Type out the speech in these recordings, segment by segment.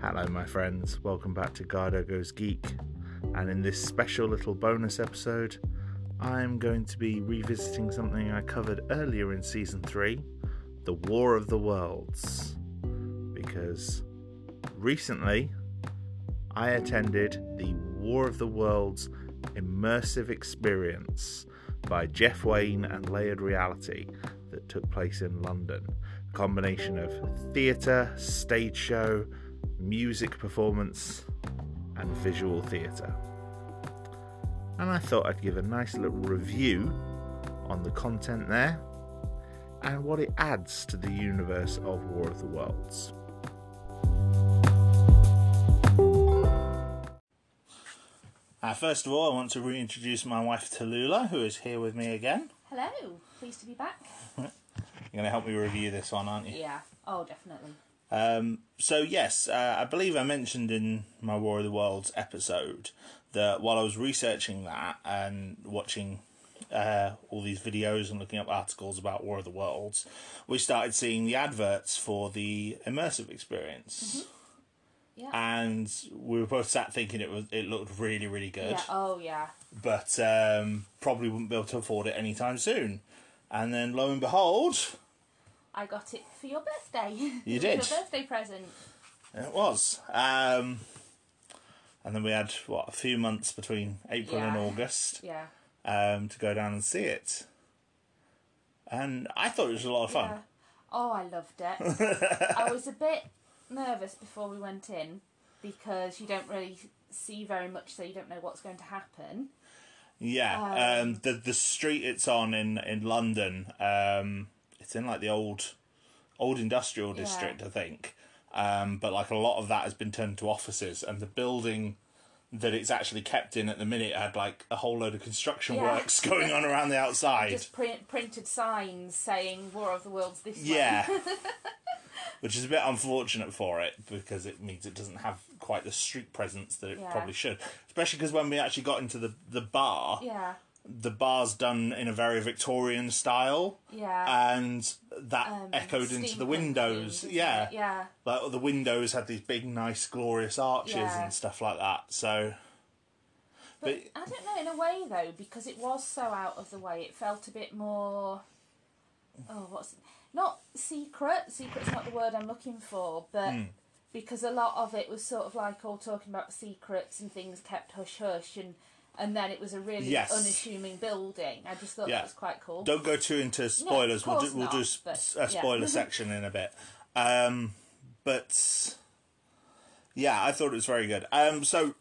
Hi, my friends. Welcome back to Gardo Goes Geek. And in this special little bonus episode, I'm going to be revisiting something I covered earlier in season 3 the War of the Worlds. Because recently, I attended the War of the Worlds immersive experience by Jeff Wayne and Layered Reality that took place in London. A combination of theatre, stage show, music performance, and visual theatre. And I thought I'd give a nice little review on the content there and what it adds to the universe of War of the Worlds. Uh, first of all, I want to reintroduce my wife Tallulah, who is here with me again. Hello, pleased to be back. You're going to help me review this one, aren't you? Yeah, oh, definitely. Um, so yes, uh, I believe I mentioned in my War of the Worlds episode that while I was researching that and watching uh, all these videos and looking up articles about War of the Worlds, we started seeing the adverts for the immersive experience, Yeah. and we were both sat thinking it was it looked really really good, yeah, oh, yeah. but um, probably wouldn't be able to afford it anytime soon. And then lo and behold, I got it for your birthday. You It did? was Your birthday present. It was. Um, and then we had what a few months between April and Yeah. August Yeah. um, to go down and see it. And I thought it was a lot of fun. yeah. Oh, I loved it. I was a bit nervous before we went in because you don't really see very much, so you don't know what's going to happen. Yeah. Um, the the street it's on in in London, um, it's in like the old old industrial district, I think. Um, but like a lot of that has been turned to offices, and the building that it's actually kept in at the minute had like a whole load of construction Yeah. works going on around the outside. Just print, printed signs saying War of the Worlds this way. Yeah. Which is a bit unfortunate for it because it means it doesn't have quite the street presence that it Yeah. probably should. Especially because when we actually got into the, the bar, Yeah. the bar's done in a very Victorian style. Yeah. Um, And that Uh, echoed into the Steampunk windows. themed, isn't yeah. it? Yeah. Like the windows had these big, nice, glorious arches Yeah. and stuff like that. So, But I don't know, in a way though, because it was so out of the way, it felt a bit more. Oh, what's not secret? Secret's not the word I'm looking for, but Hmm. because a lot of it was sort of like all talking about secrets and things kept hush hush, and and then it was a really Yes. unassuming building. I just thought Yeah, that was quite cool. Don't go too into spoilers. we'll course do, we'll do not, s- but, s- a yeah. spoiler section in a bit. Um, but yeah, I thought it was very good. Um, so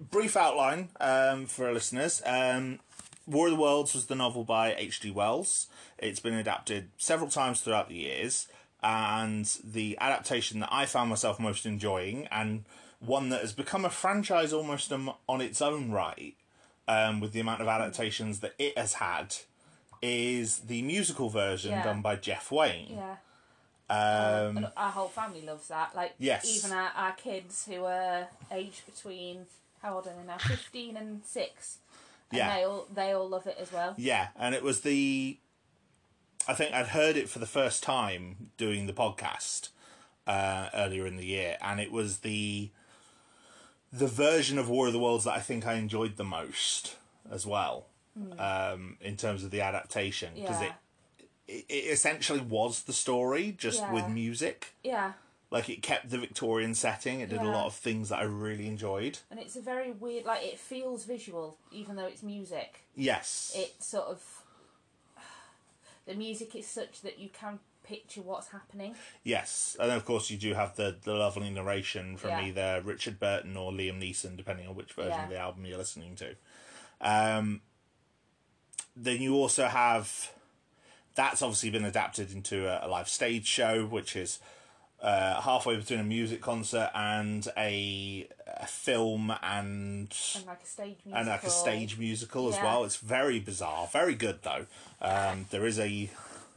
brief outline um, for our listeners. Um, War of the Worlds was the novel by H.G. Wells. It's been adapted several times throughout the years, and the adaptation that I found myself most enjoying, and one that has become a franchise almost on on its own right, um, with the amount of adaptations that it has had, is the musical version Yeah. done by Jeff Wayne. yeah. Um, And our whole family loves that. Like, Yes. even our, our kids who are aged between how old are they now? Fifteen and six. And Yeah. they all they all love it as well. Yeah, and it was the. I think I'd heard it for the first time doing the podcast uh, earlier in the year, and it was the the version of War of the Worlds that I think I enjoyed the most as well, Hmm. um, in terms of the adaptation because Yeah. it, it essentially was the story just with Yeah. music. Yeah, Like it kept the Victorian setting. It did a Yeah. lot of things that I really enjoyed. and it's a very weird. Like, it feels visual, even though it's music. Yes. It sort of the music is such that you can picture what's happening. Yes, and of course you do have the, the lovely narration from Yeah. either Richard Burton or Liam Neeson, depending on which version Yeah. of the album you're listening to. Um, then you also have that's obviously been adapted into a, a live stage show, which is uh, halfway between a music concert and a, a film and And like a stage musical. and like a stage musical as Yeah. well. It's very bizarre, very good though. Um, there is a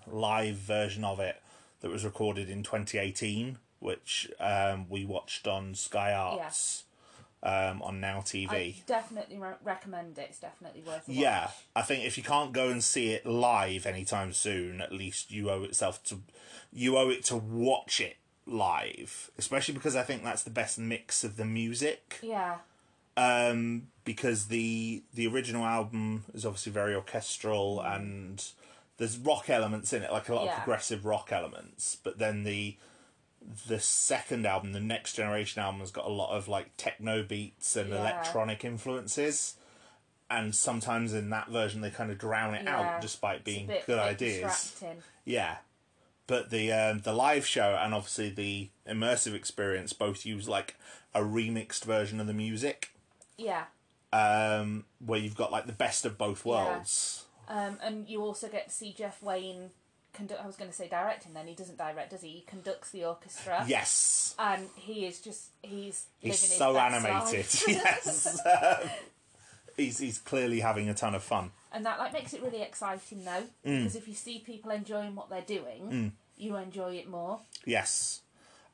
live version of it that was recorded in 2018, which um, we watched on Sky Arts um, on Now TV. I definitely re- recommend it. It's definitely worth. A yeah, watch. I think if you can't go and see it live anytime soon, at least you owe itself to you owe it to watch it live, especially because I think that's the best mix of the music. Yeah. Um, because the the original album is obviously very orchestral and there's rock elements in it, like a lot of Yeah. progressive rock elements. But then the the second album, the Next Generation album, has got a lot of like techno beats and Yeah. electronic influences. And sometimes in that version, they kind of drown it Yeah. out, despite It's a being bit- good bit ideas. distracting. Yeah. But the um, the live show and obviously the immersive experience both use like a remixed version of the music, Yeah. um, where you've got like the best of both Yeah. worlds. Um, and you also get to see Jeff Wayne conduct. I was going to say directing. Then he doesn't direct, does he? He conducts the orchestra. Yes, And he is just he's he's living his so best animated. life. yes, Um, he's he's clearly having a ton of fun. and that like makes it really exciting though, Mm. because if you see people enjoying what they're doing, you enjoy it more. Yes,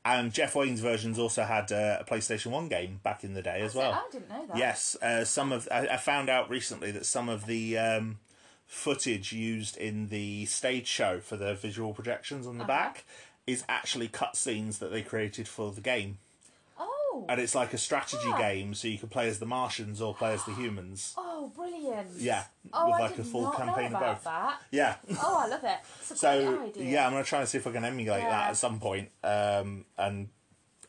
and Jeff Wayne's versions also had uh, a PlayStation One game back in the day as well. I didn't know that. Yes, uh, some of I, I found out recently that some of the um, footage used in the stage show for the visual projections on the Uh-huh. back is actually cutscenes that they created for the game, Oh. and it's like a strategy Ah. game, so you can play as the Martians or play as the humans. Oh, brilliant. Yeah, Oh, with I like a did full not campaign of know about both. that. Yeah. Oh, I love it. It's a So great idea. yeah, I'm gonna try and see if I can emulate Yeah. that at some point, um, and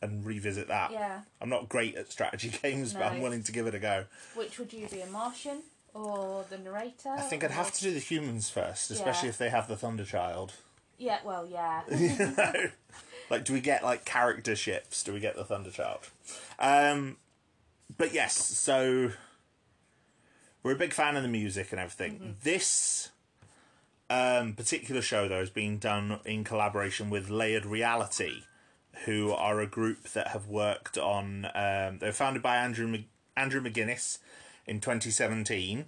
and revisit that. Yeah. I'm not great at strategy games, but I'm No. willing to give it a go. Which would you be, a Martian or the narrator? I think I'd have to do the humans first, especially Oh, Yeah. if they have the Thunder Child. Yeah, well, yeah. You know? like, do we get like character ships? Do we get the Thunder Child? Um, but yes, so we're a big fan of the music and everything. This um, particular show, though, is being done in collaboration with Layered Reality, who are a group that have worked on. Um, they were founded by Andrew Mc- Andrew McGuinness in 2017.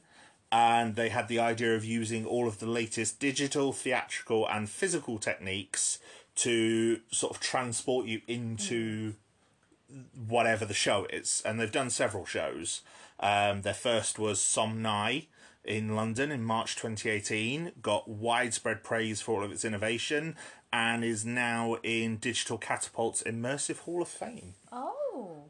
And they had the idea of using all of the latest digital, theatrical, and physical techniques to sort of transport you into whatever the show is. And they've done several shows. Um, their first was Somni in London in March 2018, got widespread praise for all of its innovation, and is now in Digital Catapult's Immersive Hall of Fame Oh.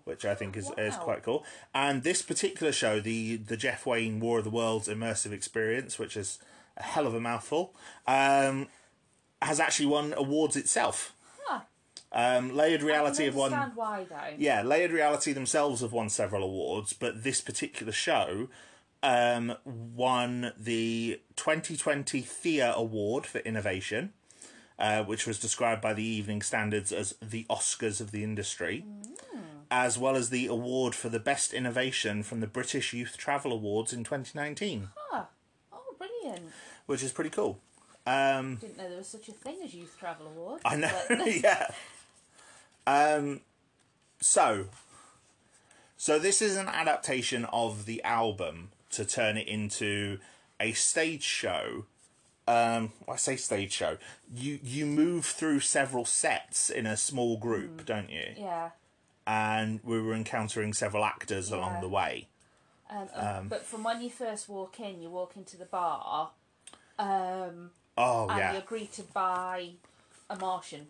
which I think is, is Wow. quite cool. And this particular show, the the Jeff Wayne War of the Worlds immersive experience, which is a hell of a mouthful, um, has actually won awards itself. Huh. Um, Layered Reality I have can won. understand why though. Yeah, Layered Reality themselves have won several awards, but this particular show um, won the 2020 Thea Award for Innovation, uh, which was described by the Evening Standards as the Oscars of the industry, as well as the award for the Best Innovation from the British Youth Travel Awards in 2019, Huh. Oh, brilliant. which is pretty cool. Um, Didn't know there was such a thing as Youth Travel Awards. I know. but- yeah. Um. So. So this is an adaptation of the album to turn it into a stage show. Um, well, I say stage show. You you move through several sets in a small group, Mm. don't you? yeah. And we were encountering several actors along Yeah. the way. Um, but from when you first walk in, you walk into the bar um, Oh and yeah. you're greeted by a Martian.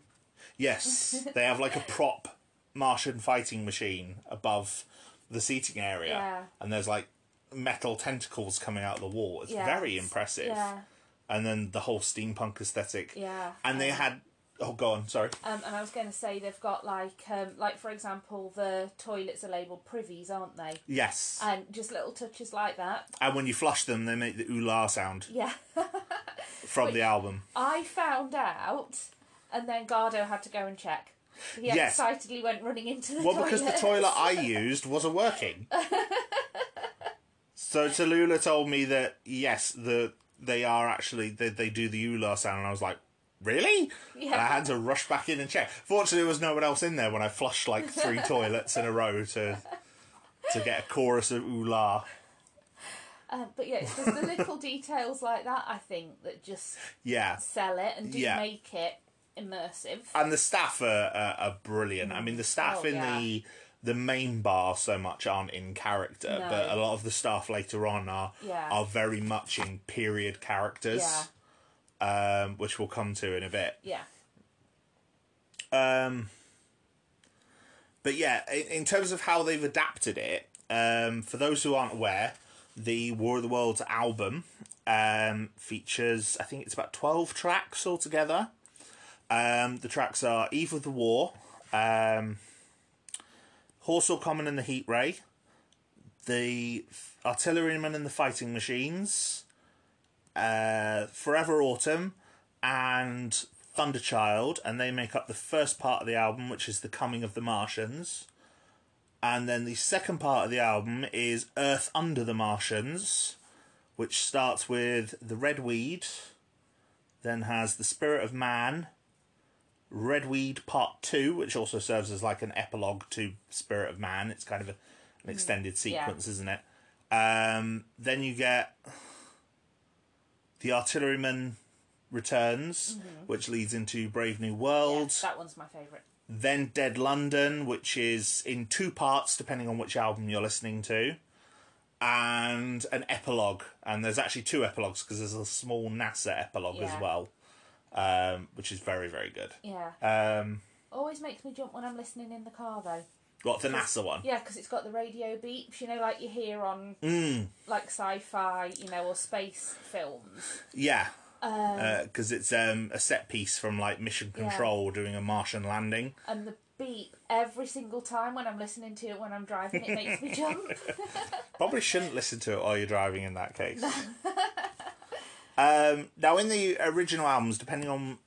Yes, they have like a prop Martian fighting machine above the seating area, Yeah. and there's like metal tentacles coming out of the wall. It's Yeah. very impressive. Yeah. And then the whole steampunk aesthetic. Yeah. And they Um, had. Oh, go on. Sorry. Um, and I was going to say they've got like, um, like for example, the toilets are labelled privies, aren't they? Yes. And just little touches like that. and when you flush them, they make the ooh la sound Yeah. from the album. I found out, and then Gardo had to go and check. He Yes. excitedly went running into the Well, toilet. because the toilet I used wasn't working. so Tallulah told me that yes, the they are actually they they do the ULA sound, and I was like, really? And I Yeah. had to rush back in and check. Fortunately, there was no one else in there when I flushed like three toilets in a row to to get a chorus of ULA. Um, but yeah, it's just the little details like that. I think that just Yeah. sell it and do Yeah. Uh, make it immersive. and the staff are, are, are brilliant. I mean, the staff Oh, in yeah. the the main bar so much aren't in character, No. but a lot of the staff later on are Yeah. are very much in period characters, um, which we'll come to in a bit. Yeah, Um, But yeah, in, in terms of how they've adapted it, um, for those who aren't aware, the War of the Worlds album um, features, I think it's about 12 tracks altogether. Um, the tracks are Eve of the War, um, Horsel Common and the Heat Ray, The Artilleryman and the Fighting Machines, uh, Forever Autumn, and Thunderchild, and they make up the first part of the album, which is The Coming of the Martians. And then the second part of the album is Earth Under the Martians, which starts with The Red Weed, then has The Spirit of Man, Redweed Part 2, which also serves as like an epilogue to Spirit of Man. It's kind of a, an extended sequence, isn't it? Um, then you get The Artilleryman Returns, which leads into Brave New World. Mm-hmm. Yeah, that one's my favourite. Then Dead London, which is in two parts depending on which album you're listening to. And an epilogue. And there's actually two epilogues because there's a small NASA epilogue Yeah. as well, um, which is very, very good. Yeah. Um, Always makes me jump when I'm listening in the car though. what the NASA one? Yeah, because it's got the radio beeps, you know, like you hear on Hmm. like sci-fi, you know, or space films. Yeah, because it's um, a set piece from like Mission Control doing a Martian landing. And the beep every single time when I'm listening to it when I'm driving, it makes me jump. Probably shouldn't listen to it while you're driving in that case. um, now, in the original albums, depending on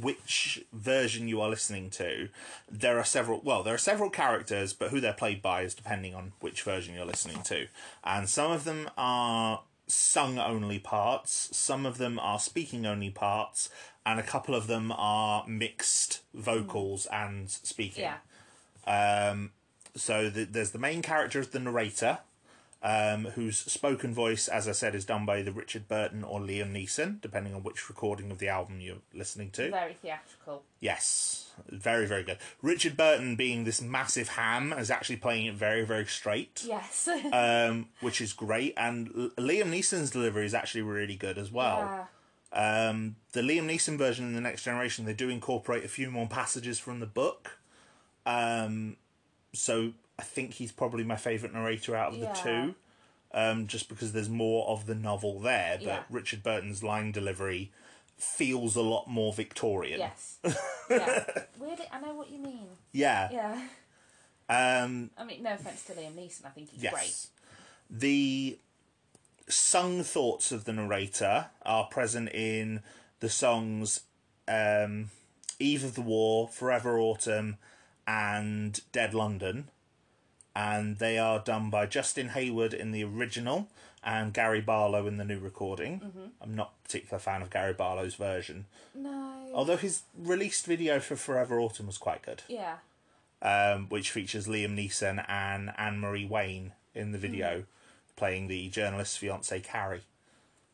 which version you are listening to, there are several. Well, there are several characters, but who they're played by is depending on which version you're listening to. And some of them are sung only parts, some of them are speaking only parts, and a couple of them are mixed vocals and speaking. Yeah. Um, so the, there's the main character as the narrator, um, whose spoken voice, as I said, is done by the Richard Burton or Liam Neeson, depending on which recording of the album you're listening to. Very theatrical. Yes, very very good. Richard Burton, being this massive ham, is actually playing it very very straight, Yes. um, which is great. And L- Liam Neeson's delivery is actually really good as well. Yeah. Um, the Liam Neeson version in the Next Generation, they do incorporate a few more passages from the book. Um, so I think he's probably my favourite narrator out of Yeah. the two, um, just because there's more of the novel there. But Yeah. Richard Burton's line delivery feels a lot more Victorian. Yes. yeah. Weird. I know what you mean. Yeah. Yeah. Um, I mean, no offense to Liam Neeson. I think he's great. yes. The sung thoughts of the narrator are present in the songs um, Eve of the War, Forever Autumn, and Dead London. And they are done by Justin Hayward in the original and Gary Barlow in the new recording. I'm not a particular fan of Gary Barlow's version, No. although his released video for Forever Autumn was quite good Yeah. um, which features Liam Neeson and Anne Marie Wayne in the video, Hmm. playing the journalist's fiance Carrie.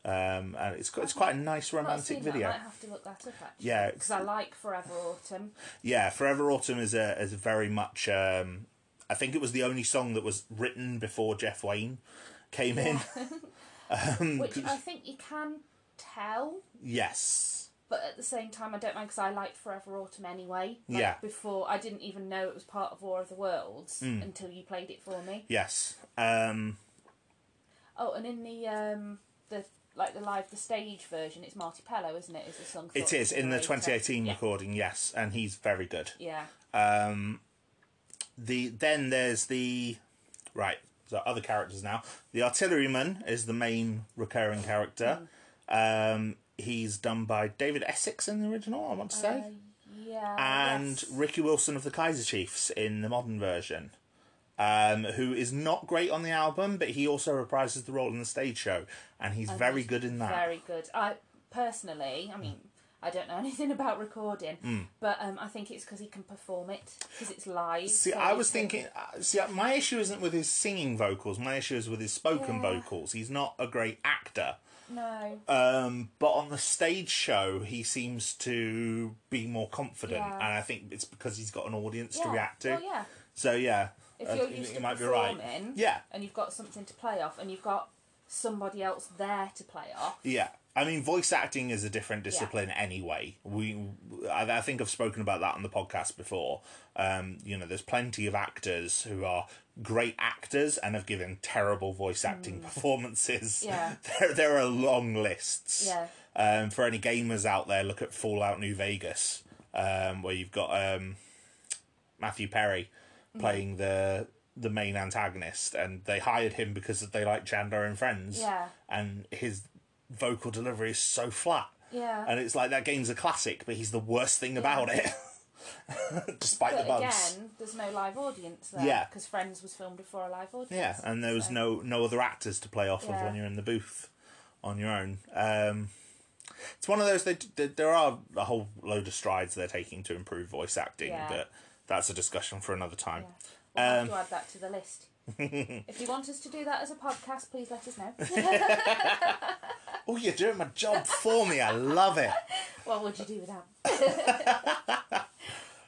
Um, and it's got- it's quite a nice Not romantic seen that. I video. might have to look that up actually. Yeah, it's- Because I like Forever Autumn. Yeah, Forever Autumn is a is very much. Um, I think it was the only song that was written before Jeff Wayne came in. Mm, which I think you can tell, yes. but at the same time, I don't mind because I liked Forever Autumn anyway. Like, Yeah. Before I didn't even know it was part of War of the Worlds Mm. until you played it for me. Yes. Um, Oh, and in the um the like the live the stage version, it's Marty Pello, isn't it? Is the song? it is in the narrator. 2018 Yeah. recording. Yes, and he's very good. Yeah. the then there's the right so other characters now the artilleryman is the main recurring character Mm. um he's done by david essex in the original i want to Uh, say Yeah. and yes. ricky wilson of the kaiser chiefs in the modern version um, who is not great on the album, but he also reprises the role in the stage show, and he's very good in that. Oh, very good. I personally, I mean. I don't know anything about recording, Hmm. but um, I think it's because he can perform it because it's live. See, so I he was can- thinking. uh, See, uh, my issue isn't with his singing vocals. My issue is with his spoken Yeah. vocals. He's not a great actor. no, Um, but on the stage show, he seems to be more confident, Yeah. and I think it's because he's got an audience to Yeah. react to. Well, yeah. So yeah, If I you're think used you to Uh, might be performing, right. Yeah, and you've got something to play off, and you've got somebody else there to play off. Yeah. I mean, voice acting is a different discipline anyway. We, I, I think I've spoken about that on the podcast before. Um, you know, there's plenty of actors who are great actors and have given terrible voice acting performances. Mm. Yeah. there, there are long lists. Yeah. Um, for any gamers out there, look at Fallout New Vegas, um, where you've got um, Matthew Perry playing the the main antagonist, and they hired him because they like Chandler and Friends. Yeah. And his vocal delivery is so flat. Yeah. And it's like that game's a classic, but he's the worst thing about it, despite but the bugs. again, there's no live audience there. Yeah. because Friends was filmed before a live audience. Yeah, and there was so- no no other actors to play off of Yeah. when you're in the booth on your own. Um, it's one of those. They, they, there are a whole load of strides they're taking to improve voice acting, Yeah. but that's a discussion for another time. We'll Um, have to add that to the list. if you want us to do that as a podcast, please let us know. Oh, you're doing my job for me. I love it. what would you do without?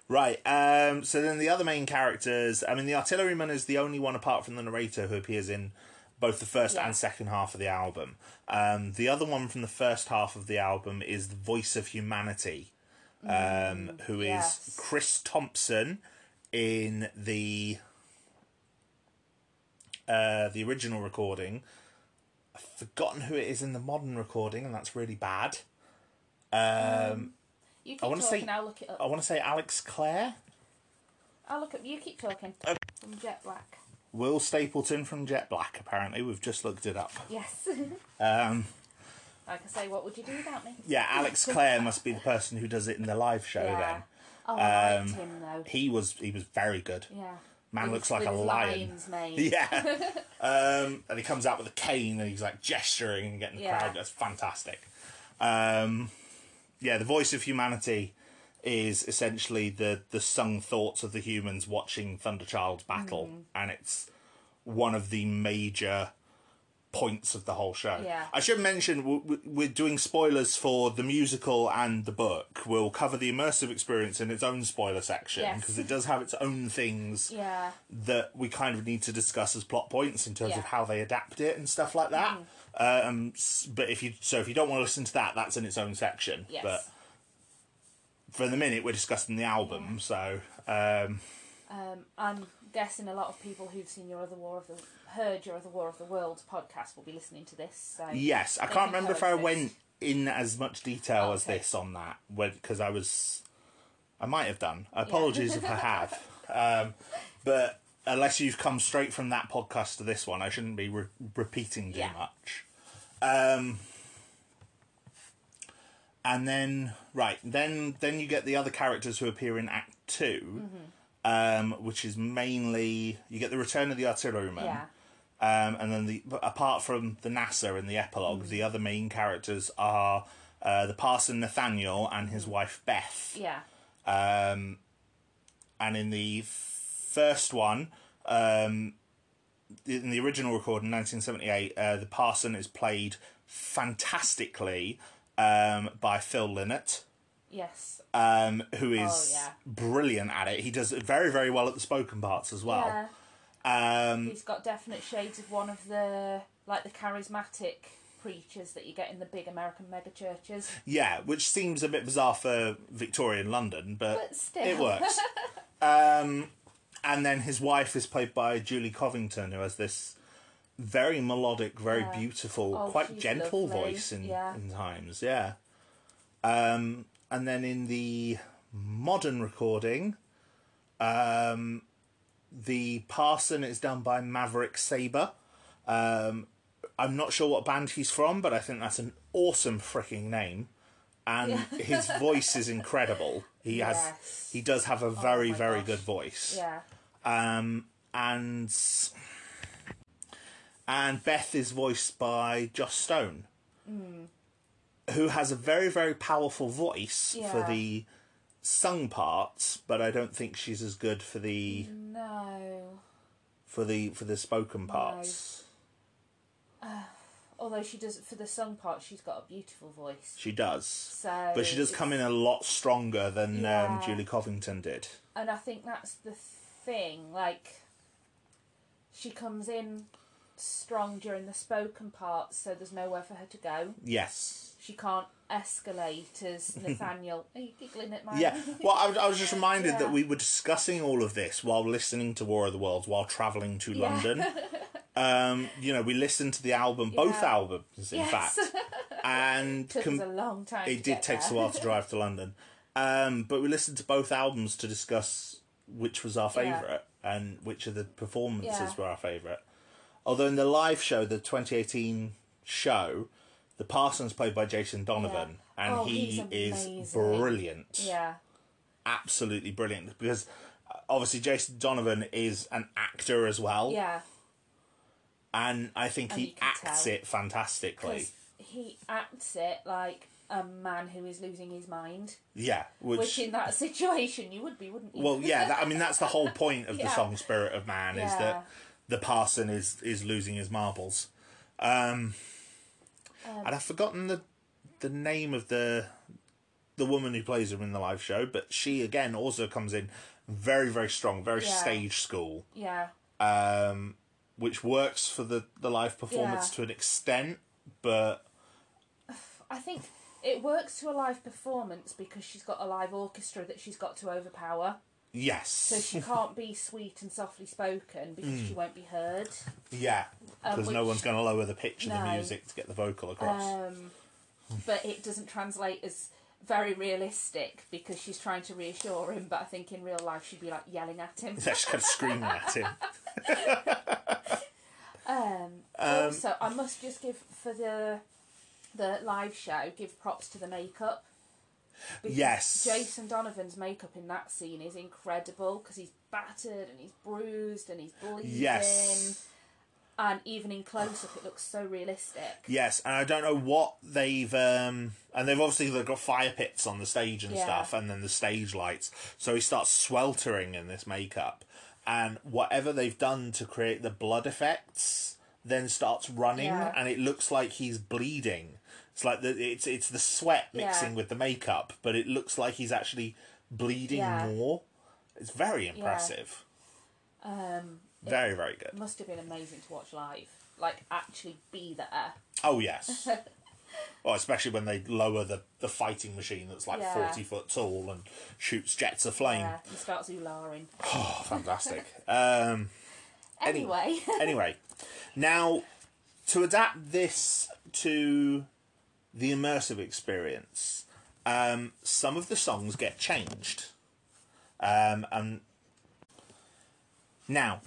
Right. Um, so then the other main characters. I mean, the artilleryman is the only one apart from the narrator who appears in both the first Yeah. and second half of the album. Um, the other one from the first half of the album is the voice of humanity, um, who is Mm, yes. Chris Thompson in the uh, the original recording. I've forgotten who it is in the modern recording, and that's really bad. You keep I wanna talking. say- I'll look it I up. want to say Alex Clare. I'll look up. You keep talking. From Jet Black. Will Stapleton from Jet Black, apparently. We've just looked it up. Yes. Um, like I say, what would you do without me? yeah, Alex Clare must be the person who does it in the live show then. Oh, I liked Um, him though. He was he was very good. Yeah. Man With looks his- like with a his lion. lines made. Yeah. um, and he comes out with a cane and he's like gesturing and getting the Yeah. crowd. That's fantastic. Um, yeah, the voice of humanity is essentially the the sung thoughts of the humans watching Thunderchild battle, Mm. and it's one of the major points of the whole show. Yeah. I should mention w- w- we're doing spoilers for the musical and the book. We'll cover the immersive experience in its own spoiler section Yes. because it does have its own things Yeah. that we kind of need to discuss as plot points in terms Yeah. of Mm-hmm. how they adapt it and stuff like that. Um, s- but if you so if you don't want to listen to that, that's in its own section. Yes. But for the minute, we're discussing the album, so um, Um, I'm guessing a lot of people who've seen your other War of the heard your other War of the Worlds podcast will be listening to this. So yes, I They can't can remember if I coexist. went in as much detail as Okay. this on that because I was, I might have done. Apologies if I have, um, but unless you've come straight from that podcast to this one, I shouldn't be re- repeating too Yeah. much. Um, and then right then then you get the other characters who appear in Act 2 Mm-hmm. um, which is mainly you get the return of the artilleryman. Yeah. Um, and then the apart from the NASA in the Mm. epilogue, the other main characters are uh, the parson Nathaniel and Mm. his wife Beth. Yeah. Um, and in the first one, um, in the original record in 1978, uh, the parson is played fantastically um, by Phil Lynott Yes. um, who is Oh, yeah. brilliant at it. He does it very, very well at the spoken parts as well. yeah. Um, He's got definite shades of one of the like the charismatic preachers that you get in the big American mega churches. yeah, which seems a bit bizarre for Victorian London, but, But still. it works. um, and then his wife is played by Julie Covington, who has this very melodic, very Yeah. beautiful, Oh, quite she's gentle lovely. voice in, Yeah. in times. Yeah. Um, and then in the modern recording, um, the parson is done by Maverick Saber. Um, I'm not sure what band he's from, but I think that's an awesome freaking name. And his voice is incredible. He has Yes. Oh he does have a very my very gosh. good voice. Yeah. Um and and Beth is voiced by Joss Stone. Hmm. Who has a very very powerful voice for Yeah. the sung parts, but I don't think she's as good for the No. for the for the spoken parts. Although she does for the sung part, she's got a beautiful voice. She does. So But she does it's- come in a lot stronger than um, Yeah. Julie Covington did. and I think that's the thing. Like, she comes in strong during the spoken parts, so there's nowhere for her to go. Yes. She can't escalate as Nathaniel. Are you giggling at my? Yeah. Well, I, was- I was just reminded Yeah. that we were discussing all of this while listening to War of the Worlds while traveling to Yeah. London. Um, you know, we listened to the album, both Yeah. albums, in Yes. fact, and Took com- us a long time. to it did get take us a there. while to drive to London. Um, but we listened to both albums to discuss which was our Yeah. favourite and which of the performances Yeah. were our favourite. Although in the live show, the 2018 show, the Parsons played by Jason Donovan, and Oh, he's he is amazing. brilliant, Yeah. absolutely brilliant. Because uh, obviously Jason Donovan is an actor as well, Yeah. and I think And you he can acts tell. it fantastically. 'Cause he acts it like a man who is losing his mind. Yeah, which, Which in that situation you would be, wouldn't you? Well, yeah, that, I mean that's the whole point of the Yeah. song "Spirit of Man" is that Yeah. the parson is is losing his marbles, um, Um, and I've forgotten the the name of the the woman who plays him in the live show, but she again also comes in very very strong, very Yeah. stage school, Yeah. um, which works for the the live performance Yeah. to an extent, but I think it works to a live performance because she's got a live orchestra that she's got to overpower. yes, So she can't be sweet and softly spoken because she won't be heard. yeah, Um, because no which- one's going to lower the pitch of the No. music to get the vocal across. Um, but it doesn't translate as very realistic because she's trying to reassure him, but I think in real life she'd be like yelling at him. They're just kind of screaming at him. Um, also, I must just give for the the live show, give props to the makeup. Because Yes. Jason Donovan's makeup in that scene is incredible because he's battered and he's bruised and he's bleeding. Yes. And even in close up, it looks so realistic. Yes, and I don't know what they've um and they've obviously they've got fire pits on the stage and Yeah. stuff and then the stage lights. So he starts sweltering in this makeup and whatever they've done to create the blood effects then starts running Yeah. and it looks like he's bleeding. It's like the it's it's the sweat Yeah. mixing with the makeup, but it looks like he's actually bleeding Yeah. more. It's very impressive. Um, Very very good. must have been amazing to watch live. Like, actually be there. Oh yes. well, especially when they lower the, the fighting machine that's like Yeah. forty foot tall and shoots jets of flame. Yeah, he starts ularing. Oh, fantastic. um, Anyway, anyway, now to adapt this to the immersive experience, um, some of the songs get changed, um, and now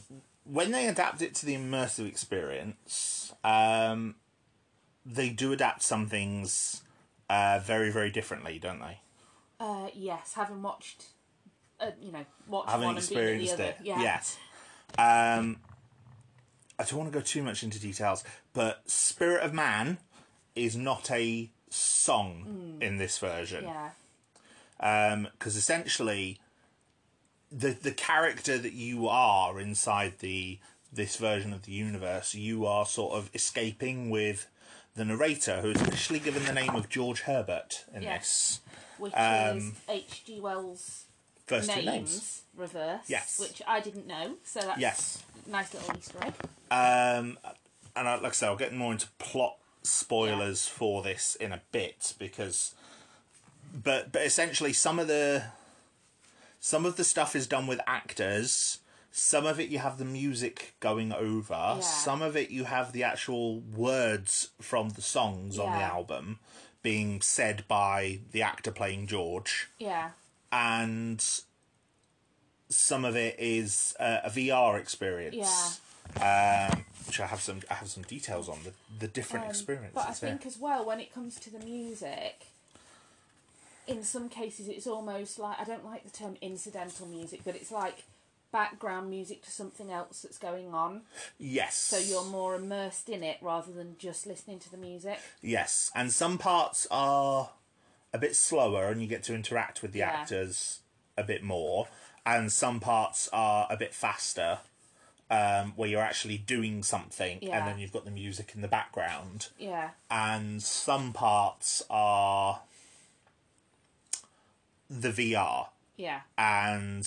when they adapt it to the immersive experience, um, they do adapt some things uh, very very differently, don't they? uh, yes, having watched, uh, you know, watched Having one and been in the experienced other. it, Yeah. yes. Um, I don't want to go too much into details, but Spirit of Man is not a Hmm. song in this version Yeah. because essentially the the character that you are inside the this version of the universe you are sort of escaping with the narrator who is officially given the name of George Herbert in Yes. this which is H.G. Wells' first names, Um, two names reversed. Yes. Which I didn't know, so that's yes nice little Easter egg. Um, and I, like I say, I'll get more into plot spoilers for this in a bit because, but but essentially, some of the some of the stuff is done with actors. Some of it you have the music going over. Some of it you have the actual words from the songs on the Yeah. album being said by the actor playing George Yeah. and some of it is uh, a VR experience. Yeah. Um, which I have some I have some details on the, the different Um, experiences. But I yeah. think as well, when it comes to the music, in some cases it's almost like I don't like the term incidental music, but it's like background music to something else that's going on. yes. So you're more immersed in it rather than just listening to the music. yes, and some parts are a bit slower, and you get to interact with the Yeah. actors a bit more, and some parts are a bit faster. Um, where you're actually doing something, Yeah. and then you've got the music in the background. Yeah. and some parts are the VR. Yeah. And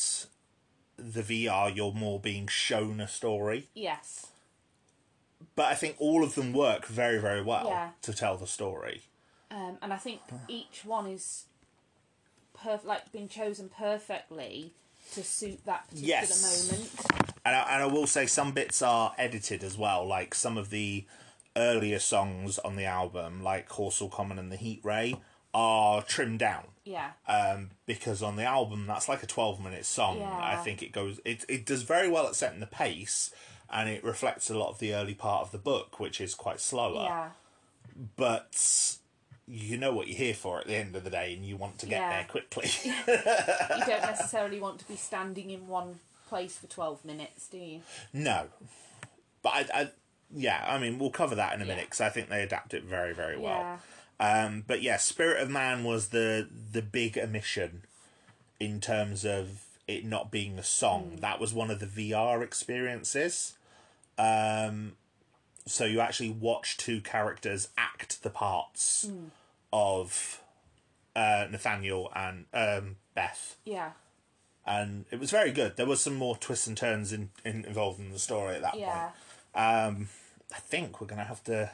the VR, you're more being shown a story. Yes. but I think all of them work very, very well Yeah. to tell the story. Um, and I think each one is perf- like been chosen perfectly to suit that particular Yes. moment. And I, and I will say some bits are edited as well, like some of the earlier songs on the album, like Horsel Common and The Heat Ray, are trimmed down. Yeah. Um, because on the album that's like a twelve minute song. Yeah. I think it goes it it does very well at setting the pace and it reflects a lot of the early part of the book, which is quite slower. yeah. But you know what you're here for at the end of the day and you want to get Yeah. there quickly. You don't necessarily want to be standing in one place for 12 minutes, do you? No, but I, I, yeah, I mean, we'll cover that in a minute Yeah. because I think they adapt it very, very well. Yeah. Um, but yeah, Spirit of Man was the the big omission in terms of it not being a song. Hmm. That was one of the VR experiences. Um, so you actually watch two characters act the parts Hmm. of uh, Nathaniel and um, Beth Yeah. and it was very good. There was some more twists and turns in, in involved in the story at that Yeah. point. I think we're gonna have to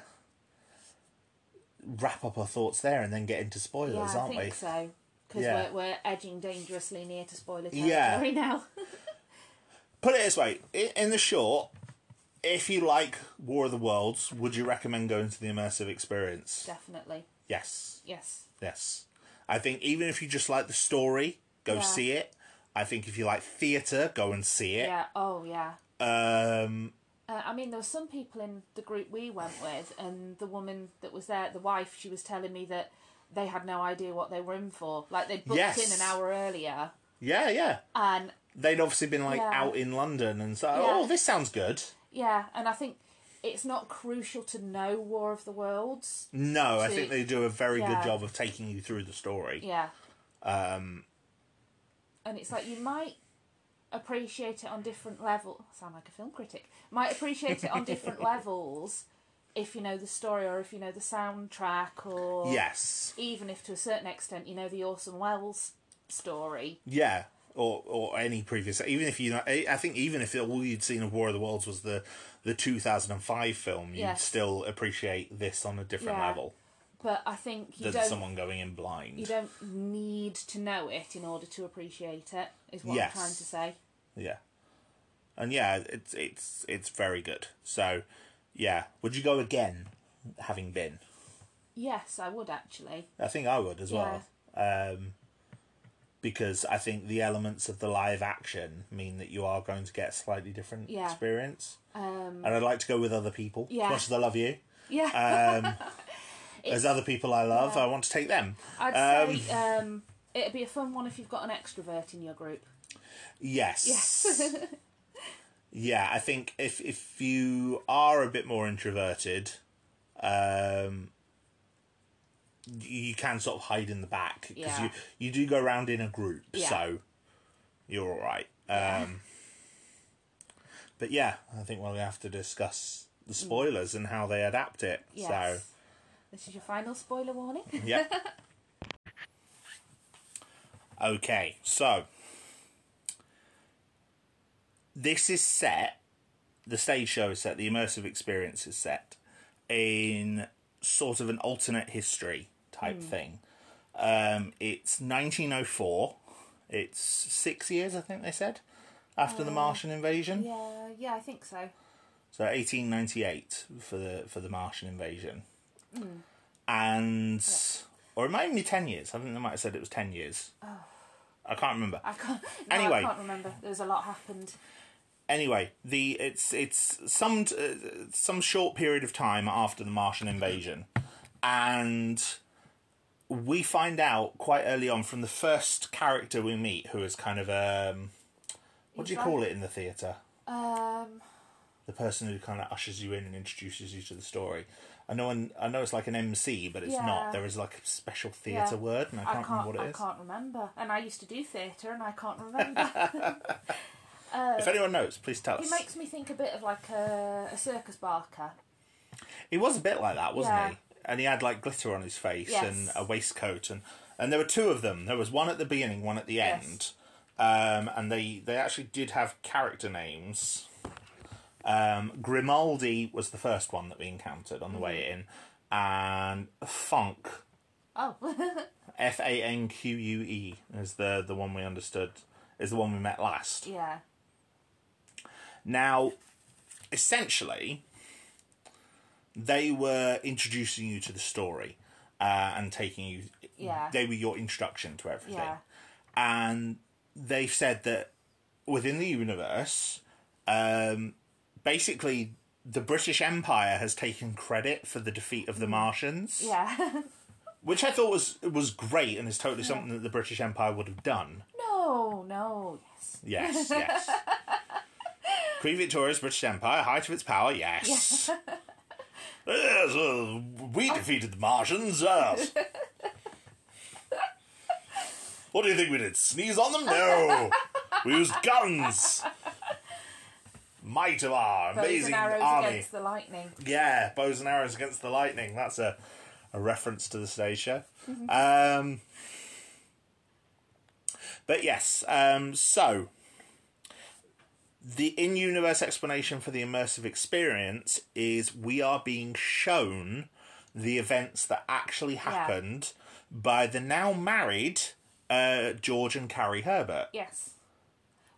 wrap up our thoughts there and then get into spoilers, Yeah, I aren't think we? so. Because Yeah. we're, we're edging dangerously near to spoiler territory Yeah. now. Put it this way: i- in the short, if you like War of the Worlds, would you recommend going to the immersive experience? Definitely. Yes, Yes. yes. I think even if you just like the story, go Yeah. see it. I think if you like theatre, go and see it. Yeah. Oh, yeah. Um, Uh, I mean, there were some people in the group we went with, and the woman that was there, the wife, she was telling me that they had no idea what they were in for. Like, they'd booked Yes. in an hour earlier, yeah, yeah. and they'd obviously been like Yeah. out in London and so Yeah. oh this sounds good. yeah, and I think it's not crucial to know War of the Worlds. No, I To- think they do a very Yeah. good job of taking you through the story. Yeah. Um, and it's like you might appreciate it on different level. I sound like a film critic. Might appreciate it on different levels if you know the story or if you know the soundtrack or Yes. even if to a certain extent you know the Orson Welles story. Yeah. Or or any previous even if you know I I think even if all you'd seen of War of the Worlds was the the 2005 film, you'd Yes. still appreciate this on a different Yeah. level But I think you than don't someone going in blind. you don't need to know it in order to appreciate it. Is what Yes. I'm trying to say. Yeah. And yeah, it's it's it's very good. So, yeah, would you go again having been? Yes, I would actually. I think I would as well. Um, because I think the elements of the live action mean that you are going to get a slightly different Yeah. experience. Um, And I'd like to go with other people. Yeah. As much as I love you. yeah. Um, as other people I love, I want to take them. I'd say um, it'd be a fun one if you've got an extrovert in your group. Yes. Yes. yeah, I think if if you are a bit more introverted, um, you you can sort of hide in the back because Yeah. you you do go around in a group, Yeah. so you're all right. Um, but yeah, I think we'll have to discuss the spoilers and how they adapt it. Mm. Yes. This is your final spoiler warning. So yeah. okay, so this is set the stage show is set the immersive experience is set in sort of an alternate history type thing um, it's 1904 it's six years i think they said after the martian invasion yeah, yeah, I think so. so 1898 for the for the martian invasion and or it might even be 10 years i think they might have said it was 10 years i can't remember I can't. No, Anyway. I can't remember. There's a lot happened. anyway, the it's it's some uh, some short period of time after the Martian invasion, and we find out quite early on from the first character we meet, who is kind of um, what do you He's call like- it in the theatre? Um, The person who kind of ushers you in and introduces you to the story. I know, an- I know it's like an MC, but it's Yeah. not. There is like a special theatre Yeah. word, and I can't, I can't. remember what it I is. can't remember. And I used to do theatre, and I can't remember. if anyone knows, please tell he us. makes me think a bit of like a, a circus barker. He was a bit like that, wasn't Yeah. he? And he had like glitter on his face Yes. and a waistcoat, and and there were two of them. There was one at the beginning, one at the Yes. end, um, and they they actually did have character names. Um, Grimaldi was the first one that we encountered on the way Mm-hmm. in, and Funk, Oh, F A N Q U E, is the the one we understood is the one we met last. yeah. Now, essentially, they were introducing you to the story uh, and taking you. Yeah. They were your introduction to everything. Yeah. And they've said that within the universe, um, basically, the British Empire has taken credit for the defeat of the Martians Mm. Yeah. which I thought was was great and is totally something that the British Empire would have done. no, no, yes. Yes, yes. Pre-Victoria's British Empire, height of its power, yes. yes uh, we Oh. defeated the Martians. Yes. what do you think we did? Sneeze on them? No. We used guns. Might of our Bows amazing and arrows army. against the lightning. Yeah, bows and arrows against the lightning. That's a, a reference to the stage show. Um, but yes, um, so the in universe explanation for the immersive experience is we are being shown the events that actually happened by the now married uh, George and Carrie Herbert. Yes.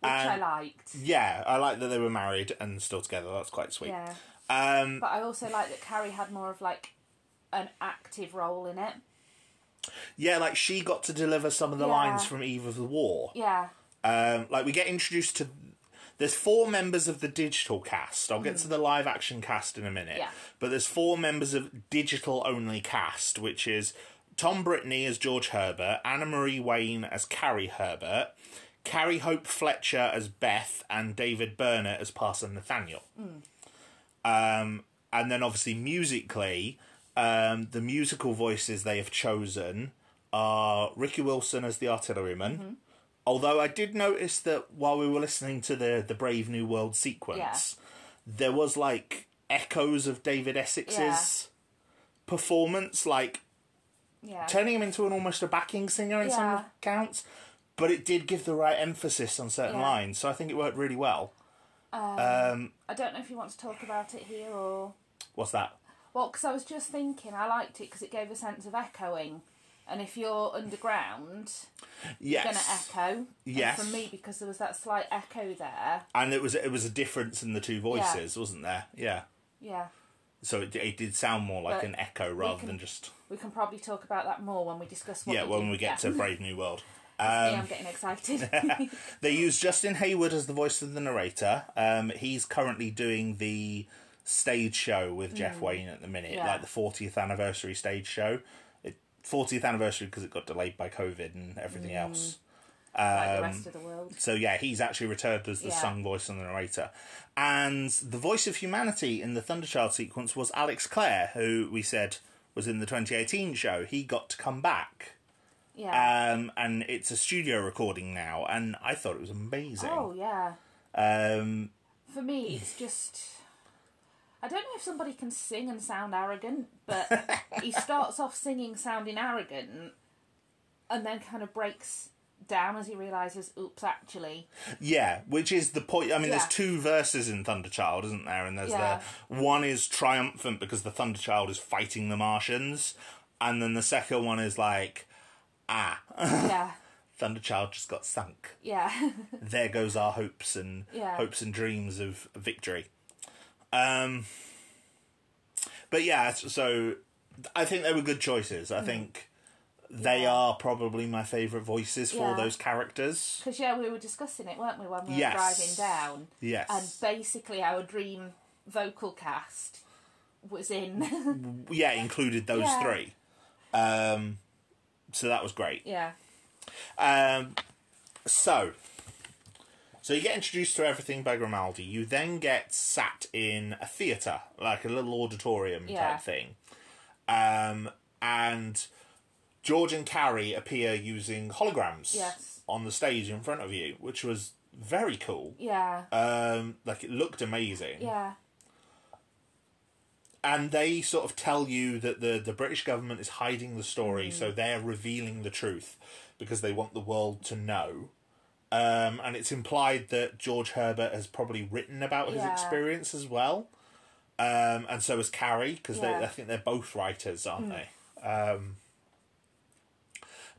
Which I liked. Yeah, I like that they were married and still together. That's quite sweet. Yeah. Um, But I also like that Carrie had more of like an active role in it. Yeah, like she got to deliver some of the Yeah. lines from Eve of the War. Yeah. Um, like we get introduced to. There's four members of the digital cast. I'll get to the live action cast in a minute. Mm. Yeah. But there's four members of digital only cast, which is Tom Brittany as George Herbert, Anna Marie Wayne as Carrie Herbert, Carrie Hope Fletcher as Beth, and David Burner as Parson Nathaniel. Um, and then obviously musically, um, the musical voices they have chosen are Ricky Wilson as the artilleryman. Mm-hmm. Although I did notice that while we were listening to the the Brave New World sequence, there was like echoes of David Essex's performance, like Yeah. turning him into an almost a backing singer in Yeah. some counts. But it did give the right emphasis on certain Yeah. lines, so I think it worked really well. I don't know if you want to talk about it here or. What's that? Well, because I was just thinking, I liked it because it gave a sense of echoing. And if you're underground, Yes. going to echo. And Yes. From me, because there was that slight echo there. and it was it was a difference in the two voices, wasn't there? Yeah. Yeah. So it, it did sound more like But an echo rather can- than just We can probably talk about that more when we discuss what yeah. we When do. we get Yeah. to um, Brave New World, Yeah, I'm getting excited. they used Justin Hayward as the voice of the narrator. Um, he's currently doing the stage show with Jeff Wayne at the minute, Mm. Yeah. like the 40th anniversary stage show. It, 40th anniversary because it got delayed by COVID and everything Mm. else. like the Um, rest of the world. So yeah, he's actually returned as the Yeah. sung voice and the narrator. And the voice of humanity in the Thunderchild sequence was Alex Clare, who we said was in the 2018 show. He got to come back. Yeah. Um, and it's a studio recording now, and I thought it was amazing. oh, yeah. Um, For me, it's just. I don't know if somebody can sing and sound arrogant, but he starts off singing sounding arrogant and then kind of breaks down as he realises, oops, actually. yeah, which is the point. I mean, Yeah. there's two verses in Thunderchild, isn't there? And there's Yeah. the one is triumphant because the Thunderchild is fighting the Martians, and then the second one is like, ah, Yeah. Thunderchild just got sunk. Yeah. there goes our hopes and Yeah. hopes and dreams of victory. Um, but yeah, s- so I think they were good choices. I think they Mm. Yeah. are probably my favourite voices for Yeah. those characters. Because, yeah, we were discussing it, weren't we, when we were Yes. driving down? And Yes, basically, our dream vocal cast was in. yeah, included those Yeah. three. Um, so that was great. yeah. Um, so, so you get introduced to everything by Grimaldi. You then get sat in a theatre, like a little auditorium Yeah. type thing. Um, and George and Carrie appear using holograms Yes. on the stage in front of you, which was very cool. Yeah. Um, like it looked amazing. Yeah. And they sort of tell you that the, the British government is Mm. hiding the story, so they're revealing the truth because they want the world to know. Um, and it's implied that George Herbert has probably written about his Yeah. experience as well. Um, and so has Carrie, because Yeah. Hmm. they I think they're both writers, aren't they? Um,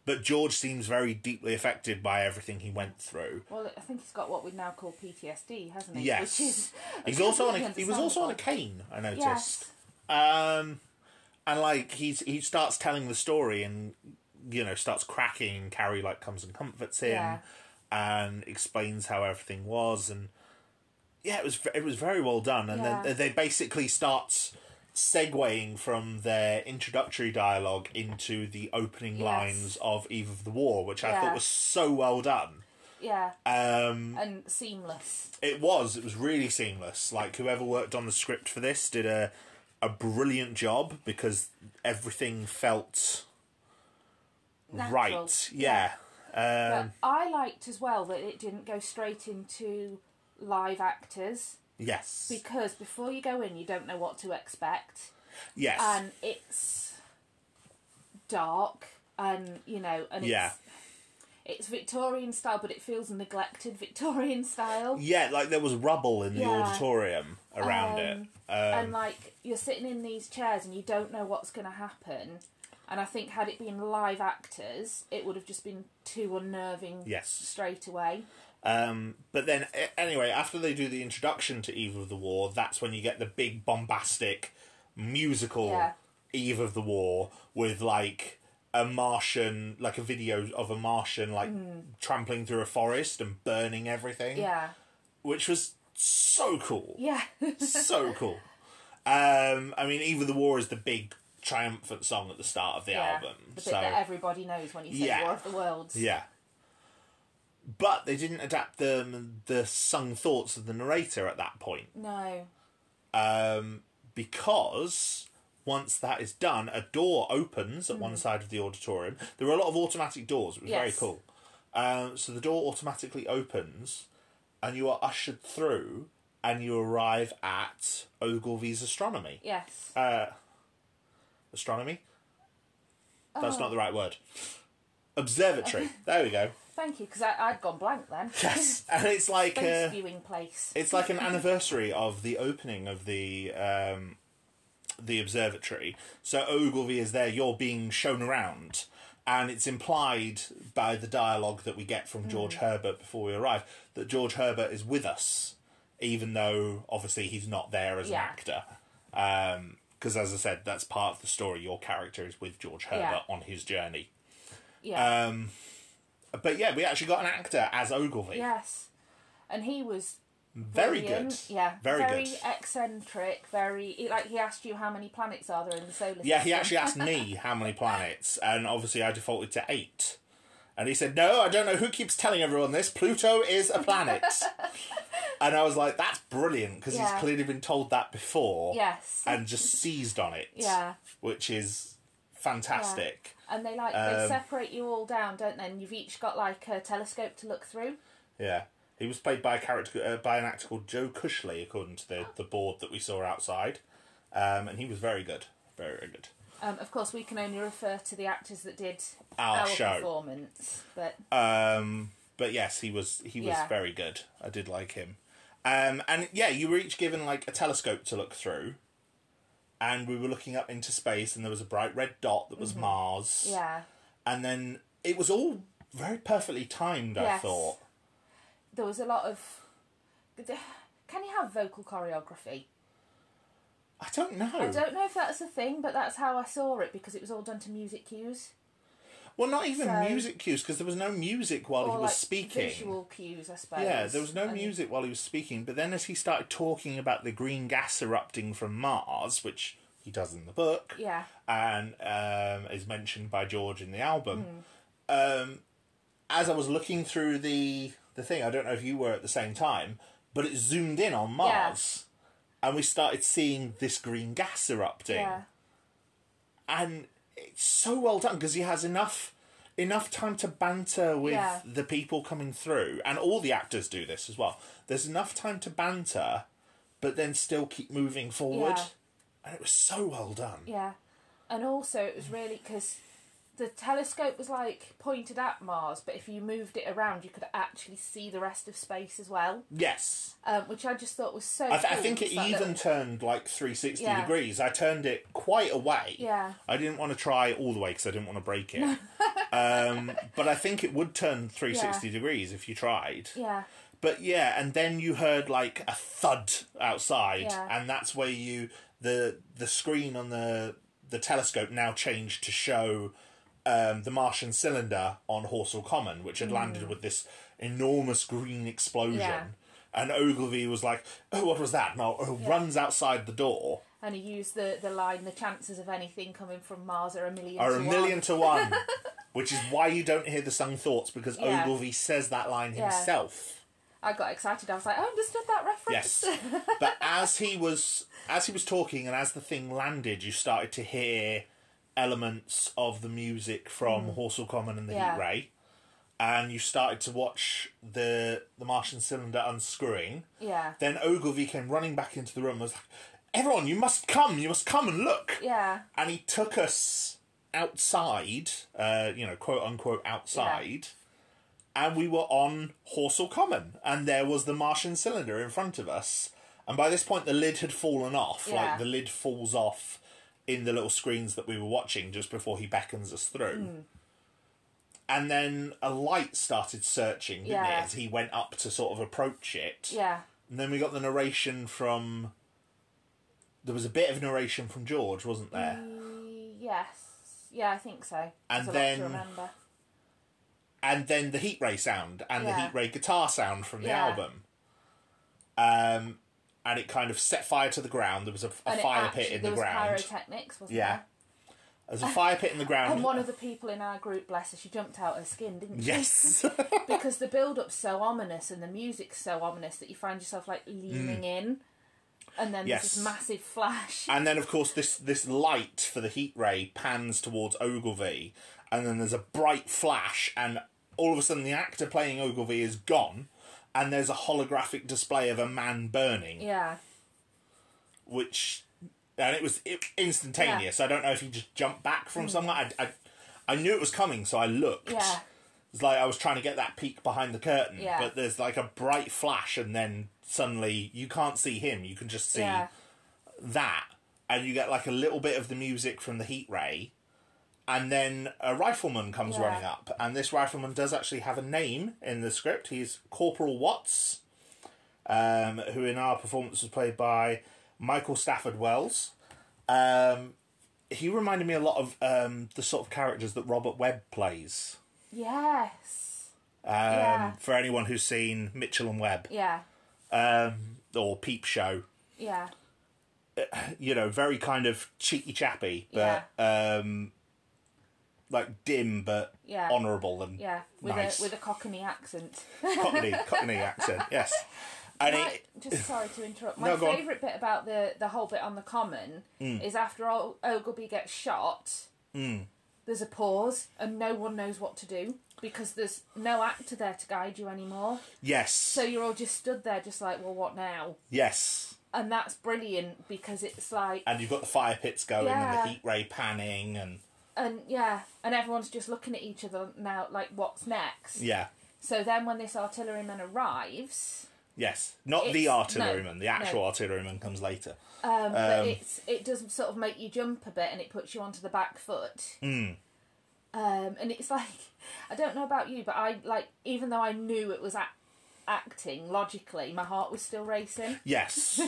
but George seems very deeply affected by everything he went through. Well, I think he's got what we'd now call PTSD, hasn't he? Yes, Which is he's also on a, completely he was also on a understandable. cane. I noticed. Yes. Um, and like he's he starts telling the story and you know starts cracking. Carrie like comes and comforts him Yeah. and explains how everything was and yeah, it was it was very well done. And Yeah. then they basically starts segueing from their introductory dialogue into the opening Yes. lines of Eve of the War, which I Yeah. thought was so well done. Yeah, Um, and seamless. it was. It was really seamless. Like whoever worked on the script for this did a a brilliant job because everything felt Natural. right. Yeah. But Um, I liked as well that it didn't go straight into live actors yes. because before you go in, you don't know what to expect, Yes. and it's dark, and you know, and it's, Yeah. it's Victorian style, but it feels neglected Victorian style. yeah. Like there was rubble in the Yeah. auditorium around Um, it. Um, and like you're sitting in these chairs and you don't know what's going to happen. And I think had it been live actors, it would have just been too unnerving Yes. straight away. Um, but then, a- anyway, after they do the introduction to Eve of the War, that's when you get the big bombastic musical Yeah. Eve of the War with like a Martian, like a video of a Martian like trampling through a forest and burning everything, Hmm. Yeah, which was so cool, yeah, so cool. Um, I mean, Eve of the War is the big triumphant song at the start of the yeah. album, The bit so that everybody knows when you say Yeah. War of the Worlds. yeah. But they didn't adapt the the sung thoughts of the narrator at that point No. um, because once that is done, a door opens at one side of the auditorium. There were a lot of automatic doors. It was very Yes. cool. Um, so the door automatically opens, and you are ushered through, and you arrive at Ogilvy's astronomy. Yes. Uh, astronomy. That's not the right word. Observatory. there we go. Thank you, because I'd gone blank then. Yes, and it's like Base uh, viewing place. it's like an anniversary of the opening of the um, the observatory. So Ogilvy is there. You're being shown around, and it's implied by the dialogue that we get Hmm. from George Herbert before we arrive that George Herbert is with us, even though obviously he's not there as Yeah. an actor. Because as I said, that's part of the story. Your character is with George Herbert on his journey. Yeah. Um, But yeah, we actually got an actor as Ogilvy. yes. And he was Very good. brilliant. Yeah. Very, very good. eccentric. Very he- like he asked you how many planets are there in the solar system. Yeah, he actually asked me how many planets, and obviously I defaulted to eight. And he said, No, I don't know who keeps telling everyone this. Pluto is a planet. and I was like, That's brilliant, because Yeah. he's clearly been told that before. Yes. And just seized on it. Yeah. Which is fantastic. And they like they Um, separate you all down, don't they? And you've each got like a telescope to look through. Yeah. He was played by a character uh, by an actor called Joe Cushley, according to the, the board that we saw outside. Um, and he was very good. Very, very good. Um, of course, we can only refer to the actors that did Our show. performance, but Um, but yes, he was he was Yeah. very good. I did like him. Um, and yeah, you were each given like a telescope to look through, and we were looking up into space, and there was a bright red dot that was Mars. Mm-hmm. yeah, And then it was all very perfectly timed. I Yes. thought. there was a lot of. Can you have vocal choreography? I don't know. I don't know if that's a thing, but that's how I saw it because it was all done to music cues well, not even So- music cues because there was no music while or Oh, he was like speaking. visual cues, I suppose. Yeah, there was no And- music while he was speaking, but then as he started talking about the green gas erupting from Mars, which he does in the book, Yeah, and um, is mentioned by George in the Hmm. album. Um, as I was looking through the the thing, I don't know if you were at the same time, but it zoomed in on Mars, and we started seeing this green gas erupting, yeah, and it's so well done because he has enough enough time to banter with Yeah. the people coming through, and all the actors do this as well. There's enough time to banter, but then still keep moving forward, Yeah. and it was so well done. yeah. And also, it was really because the telescope was like pointed at Mars, but if you moved it around, you could actually see the rest of space as well, Yes. um, which I just thought was so. I, th- I cool, think it just that even little- turned like 360 Yeah. degrees. I turned it quite away. Yeah. I didn't want to try all the way because I didn't want to break it. um, but I think it would turn 360 degrees if you tried. Yeah. But yeah, and then you heard like a thud outside, Yeah. and that's where you the the screen on the the telescope now changed to show um, the Martian cylinder on Horsell Common, which had landed with this enormous green explosion. Mm. Yeah. And Ogilvy was like, "Oh, what was that?" Now oh, runs outside the door. And he used the, the line, the chances of anything coming from Mars are a million Are to a one." million to one, which is why you don't hear the sung thoughts because Yeah. Ogilvy says that line Yeah. himself. I got excited. I was like, I understood that reference. Yes. but as he was as he was talking and as the thing landed, you started to hear elements of the music from Horsell Common and the Mm. Yeah. Heat Ray. And you started to watch the the Martian cylinder unscrewing. yeah. Then Ogilvy came running back into the room and was like, Everyone, you must come, you must come and look. Yeah. And he took us outside, uh, you know, quote unquote outside. And we were on Horsell Common, and there was the Martian cylinder in front of us. And by this point, the lid had fallen off. Yeah. Like the lid falls off in the little screens that we were watching just before he beckons us through. Hmm. And then a light started searching, didn't Yeah. it, as he went up to sort of approach it. Yeah. And then we got the narration from. There was a bit of narration from George, wasn't Mm. there? Yes. Yeah, I think so. And There's a lot then- to remember. And then the heat ray sound and the Yeah. heat ray guitar sound from the Yeah. album. Um, and it kind of set fire to the ground. There was a, a And it fire actually- pit in there the ground. was pyrotechnics, wasn't Yeah. there? There's a fire pit in the ground. And one of the people in our group, bless her, she jumped out her skin, didn't she? yes. because the build up's so ominous and the music's so ominous that you find yourself like leaning in. And then Mm. Yes. there's this massive flash. and then of course this this light for the heat ray pans towards Ogilvy and then there's a bright flash and all of a sudden the actor playing Ogilvy is gone and there's a holographic display of a man burning yeah. which and it was it, instantaneous. I don't know if he just jumped back from somewhere. I, I I knew it was coming, so I looked. Hmm. Yeah. It's like I was trying to get that peek behind the curtain, Yeah. but there's like a bright flash, and then suddenly you can't see him. You can just see Yeah. that, and you get like a little bit of the music from the heat ray, and then a rifleman comes Yeah. running up, and this rifleman does actually have a name in the script. He's Corporal Watts, um, who in our performance was played by Michael Stafford Wells. Um, he reminded me a lot of um, the sort of characters that Robert Webb plays. Yes. Um, Yeah. For anyone who's seen Mitchell and Webb Yeah. um, or Peep Show, Yeah. you know, very kind of cheeky chappy, but um, like dim but Yeah. honourable and Yeah. With Nice. a with a cockney accent. cockney, cockney accent. Yes, and My, it, just sorry to interrupt. My No, go on. Hmm. favourite bit about the the whole bit on the common is after O- Ogilby gets shot. There's a pause and no one knows what to do because there's no actor there to guide you anymore. yes, So you're all just stood there, just like, well, what now? yes, And that's brilliant because it's like, and you've got the fire pits going and Yeah. the heat ray panning and and yeah, and everyone's just looking at each other now, like, what's next? yeah, So then when this artilleryman arrives, yes, not It's- the no, artilleryman. the actual no. artilleryman comes later. um, but it's it does sort of make you jump a bit and it puts you onto the back foot. Hmm. Um, and it's like, I don't know about you, but I like, even though I knew it was act- acting logically, my heart was still racing. Yes.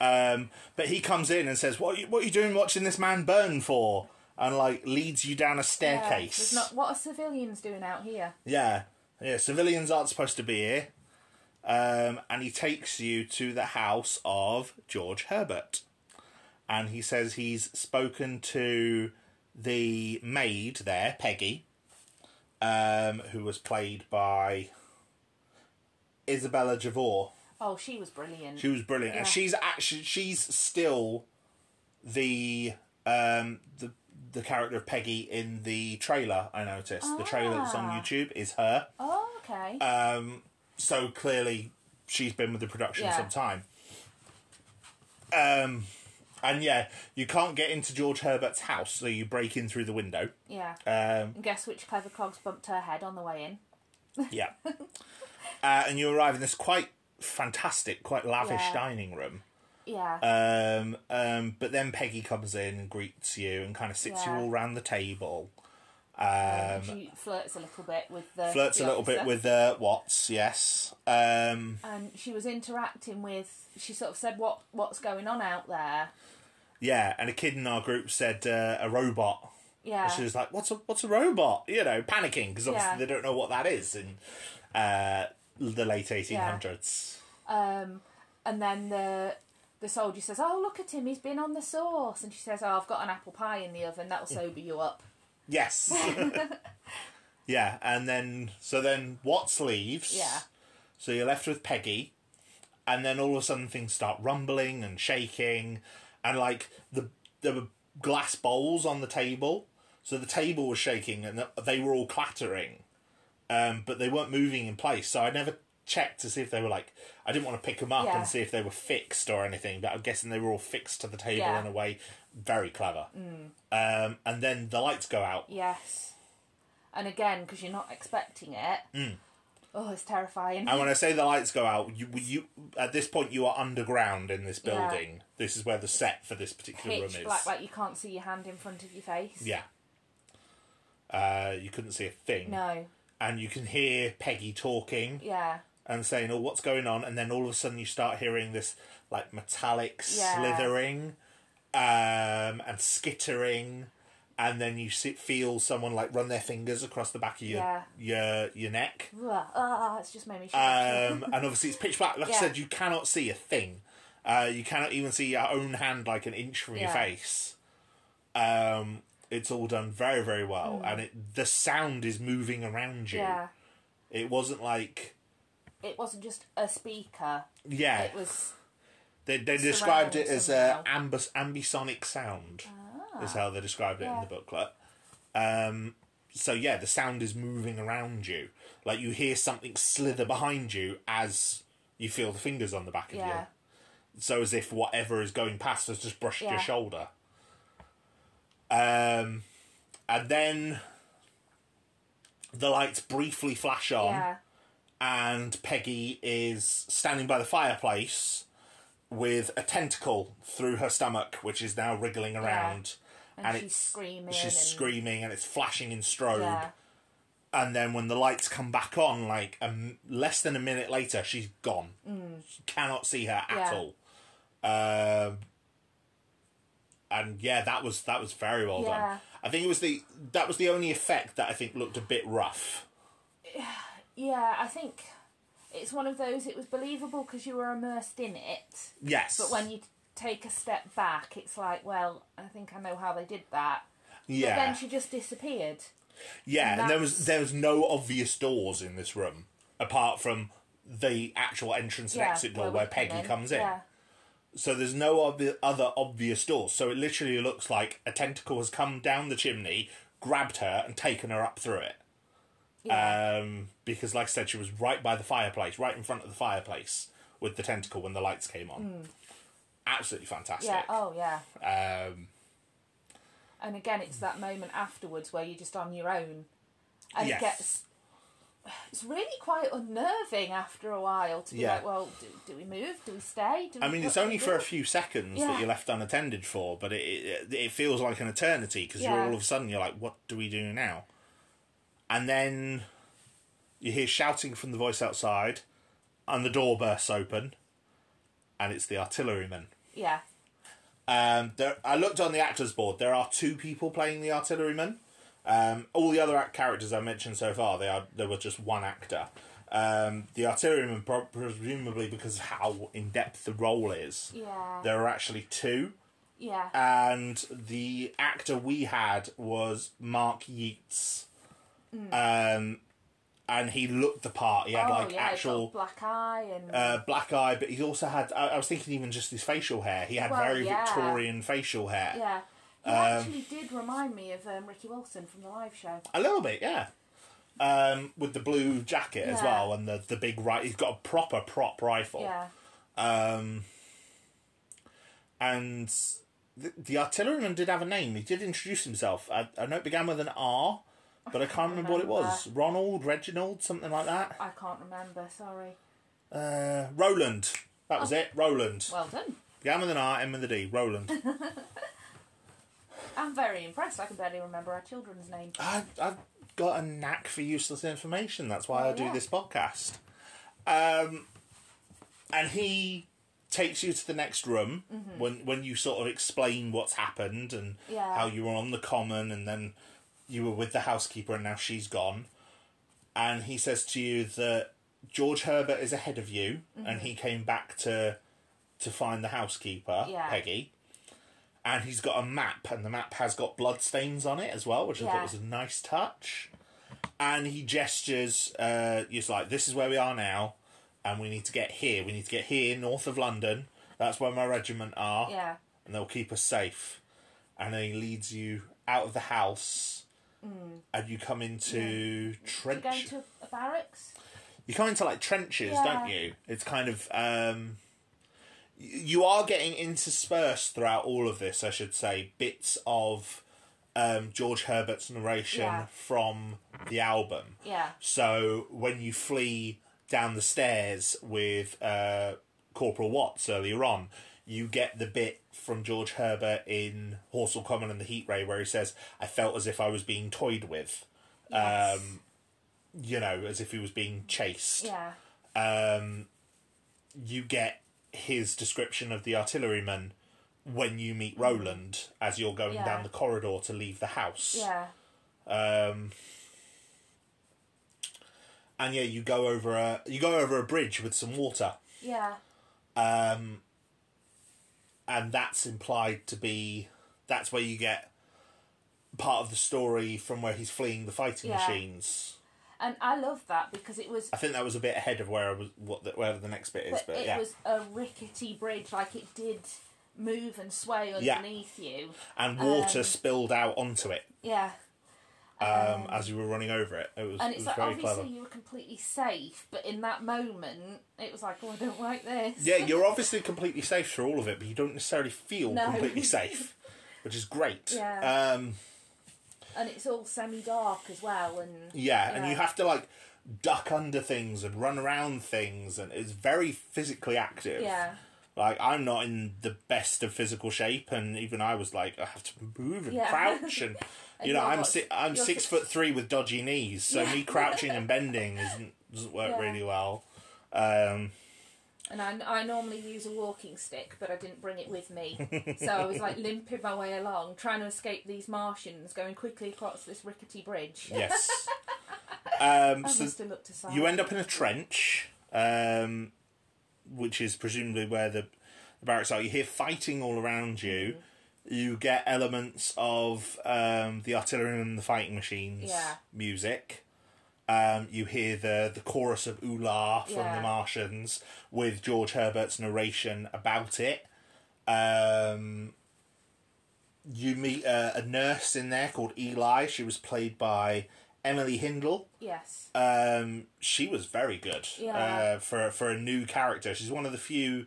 um, but he comes in and says, "What are you, what are you doing watching this man burn for?" And like leads you down a Yeah, staircase. there's not, what are civilians doing out here? Yeah, yeah. Civilians aren't supposed to be here. Um, and he takes you to the house of George Herbert, and he says he's spoken to the maid there, Peggy, um, who was played by Isabella Javor. Oh, she was brilliant. She was brilliant, and Yeah. she's actually she's still the um the the character of Peggy in the trailer. I noticed the trailer that's on Ah. YouTube is her. oh, okay. Um, so clearly she's been with the production Yeah. some time. Um, And yeah, you can't get into George Herbert's house, so you break in through the window. Yeah. Um, And guess which clever cogs bumped her head on the way in? yeah. uh, and you arrive in this quite fantastic, quite lavish Yeah. dining room. Yeah. Um, um, but then Peggy comes in and greets you and kind of sits Yeah. you all round the table. Um, And she flirts a little bit with the. Flirts the a little bit officer. with uh, Watts, yes. Um, And she was interacting with. She sort of said, "What what's going on out there?" yeah, and a kid in our group said uh, a robot. Yeah. And she was like, "What's a what's a robot?" You know, panicking because obviously Yeah. they don't know what that is in uh, the late eighteen hundreds. Um, and then the the soldier says, "Oh, look at him! He's been on the sauce." And she says, "Oh, I've got an apple pie in the oven. That'll sober you up." Yes. yeah, and then so then Watts leaves. Yeah. So you're left with Peggy, and then all of a sudden things start rumbling and shaking, and like the the glass bowls on the table. So the table was shaking and they were all clattering, um, but they weren't moving in place. So I never checked to see if they were like I didn't want to pick them up Yeah. and see if they were fixed or anything. But I'm guessing they were all fixed to the table Yeah. Mm. in a way very clever. Um, and then the lights go out. Yes. And again, because you're not expecting it. Mm. Oh, it's terrifying. And when I say the lights go out, you you at this point you are underground in this building. This is where the set for this particular Pitch room is. black, like you can't see your hand in front of your face. Yeah. Uh, you couldn't see a thing. No. And you can hear Peggy talking Yeah. and saying, "Oh, what's going on?" And then all of a sudden you start hearing this like metallic Yeah. slithering um, and skittering. And then you sit, feel someone like run their fingers across the back of your Yeah. your your neck. Ugh, ah, it's just made me shake. Um, and obviously it's pitch black. Like I Yeah. said, you cannot see a thing. Uh, you cannot even see your own hand like an inch from your Yeah. face. Um, it's all done very, very well, and it the sound is moving around you. Hmm. yeah. It wasn't like It wasn't just a speaker. yeah. It was they they described it as a surrounded ambus, ambisonic sound. Is how they described it in Ah. Yeah. the booklet. Um, so yeah, the sound is moving around you. Like you hear something slither behind you as you feel the fingers on the back of you. yeah. so as if whatever is going past has just brushed Yeah. your shoulder. Um, and then the lights briefly flash on, Yeah. and Peggy is standing by the fireplace with a tentacle through her stomach, which is now wriggling around, And, and she's it's screaming. she's and, screaming and it's flashing in strobe. Yeah. And then when the lights come back on, like um, less than a minute later, she's gone. You cannot see her at Mm. Yeah. all. Um, and yeah, that was that was very well Yeah. done. I think it was the that was the only effect that I think looked a bit rough. Yeah, I think it's one of those, it was believable because you were immersed in it. Yes, But when you take a step back, it's like, well, I think I know how they did that. yeah, Then she just disappeared. Yeah, and there was That's- there was no obvious doors in this room apart from the actual entrance and yeah, exit door where, we come Peggy comes in. Yeah. So there's no obvi- other obvious doors. So it literally looks like a tentacle has come down the chimney, grabbed her, and taken her up through it. Yeah. Um, because, like I said, she was right by the fireplace, right in front of the fireplace with the tentacle when the lights came on. Absolutely fantastic. Hmm. yeah. Oh, yeah. um, And again, it's that moment afterwards where you're just on your own, and Yes. it gets. It's really quite unnerving after a while to be Yeah. like, well, do, do we move? Do we stay? Do we, I mean, what it's do we only for a do? few seconds that Yeah. you're left unattended for, but it it, it feels like an eternity because you're Yeah. all of a sudden you're like, what do we do now? And then you hear shouting from the voice outside, and the door bursts open, and it's the artilleryman. Yeah, Um, there, I looked on the actors board. There are two people playing the artilleryman. Um, all the other act characters I mentioned so far, they are there were just one actor. Um, the artilleryman, pro- presumably because of how in depth the role is, yeah, there are actually two, yeah, uh, and the actor we had was Mark Yeats. Um, and he looked the part. He had oh like yeah, he's got a actual black eye and uh, black eye, but he's also had. I, I was thinking even just his facial hair. He had Well, very yeah. Victorian facial hair. yeah. Um, He actually did remind me of um, Ricky Wilson from the live show. A little bit, yeah. Um, with the blue jacket as Yeah. well, and the the big right. He's got a Oh. proper prop rifle. Yeah, Um, and the, the artilleryman did have a name. He did introduce himself. I, I know it began with an R, but I can't remember what it was. Ronald, Reginald, something like that. I can't remember. Sorry. Uh, Roland. That was it. Roland. Well done. Began with an R, M with a D. Roland. I'm very impressed. I can barely remember our children's names. I, I've got a knack for useless information. That's why Oh, I do yeah. this podcast. Um, and he takes you to the next room when when you sort of explain what's happened and Mm-hmm. Yeah. how you were on the common and then you were with the housekeeper and now she's gone. And he says to you that George Herbert is ahead of you Mm-hmm. and he came back to to find the housekeeper, Yeah. Peggy. And he's got a map, and the map has got bloodstains on it as well, which I Yeah. thought was a nice touch. And he gestures, uh, he's like, This is where we are now, and we need to get here. We need to get here, north of London. That's where my regiment are, Yeah. and they'll keep us safe. And then he leads you out of the house, and you come into You're Mm. going trench. to a barracks? You come into like trenches, don't Yeah. you? It's kind of um y- you are getting interspersed throughout all of this, I should say, bits of um George Herbert's narration Yeah. from the album. Yeah. So when you flee down the stairs with uh Corporal Watts earlier on, you get the bit from George Herbert in Horsell Common and the Heat Ray where he says, I felt as if I was being toyed with. Yes. Um you know, as if he was being chased yeah. um, you get his description of the artilleryman when you meet Roland as you're going Yeah. down the corridor to leave the house. Yeah. Um, and yeah, you go over a you go over a bridge with some water, Yeah. um, and that's implied to be that's where you get part of the story from where he's fleeing the fighting Yeah. machines. And I love that because it was I think that was a bit ahead of where I was what the, where the next bit is, but but, it yeah. was a rickety bridge, like it did move and sway Yeah. underneath you. and water Um, spilled out onto it Yeah. um, as you were running over it. It was, And it it's was like very obviously clever. you were completely safe, but in that moment it was like, Oh I don't like this. Yeah, you're obviously completely safe through all of it, but you don't necessarily feel No. completely safe, which is great. Yeah. Um, And it's all semi dark as well and yeah, and Yeah. you have to like duck under things and run around things, and it's very physically active. Yeah. Like I'm not in the best of physical shape, and even I was like, I have to move and Yeah. crouch, and you And know, you're I'm what, si- I'm you're six six- foot three with dodgy knees, so Yeah. me crouching and bending isn't, doesn't work Yeah. really well. Um, And I, I normally use a walking stick, but I didn't bring it with me. so I was like limping my way along, trying to escape these Martians going quickly across this rickety bridge. Yes. Um, I so must have looked aside. you end up in a trench, um, which is presumably where the, the barracks are. You hear fighting all around you. Mm-hmm. You get elements of um, the artillery and the fighting machines Yeah. music. Um, you hear the, the chorus of ooh la from Yeah. the Martians with George Herbert's narration about it. Um, you meet a, a nurse in there called Eli. She was played by Emily Hindle. Yes. Um, she was very good Yeah. uh, for for a new character. She's one of the few.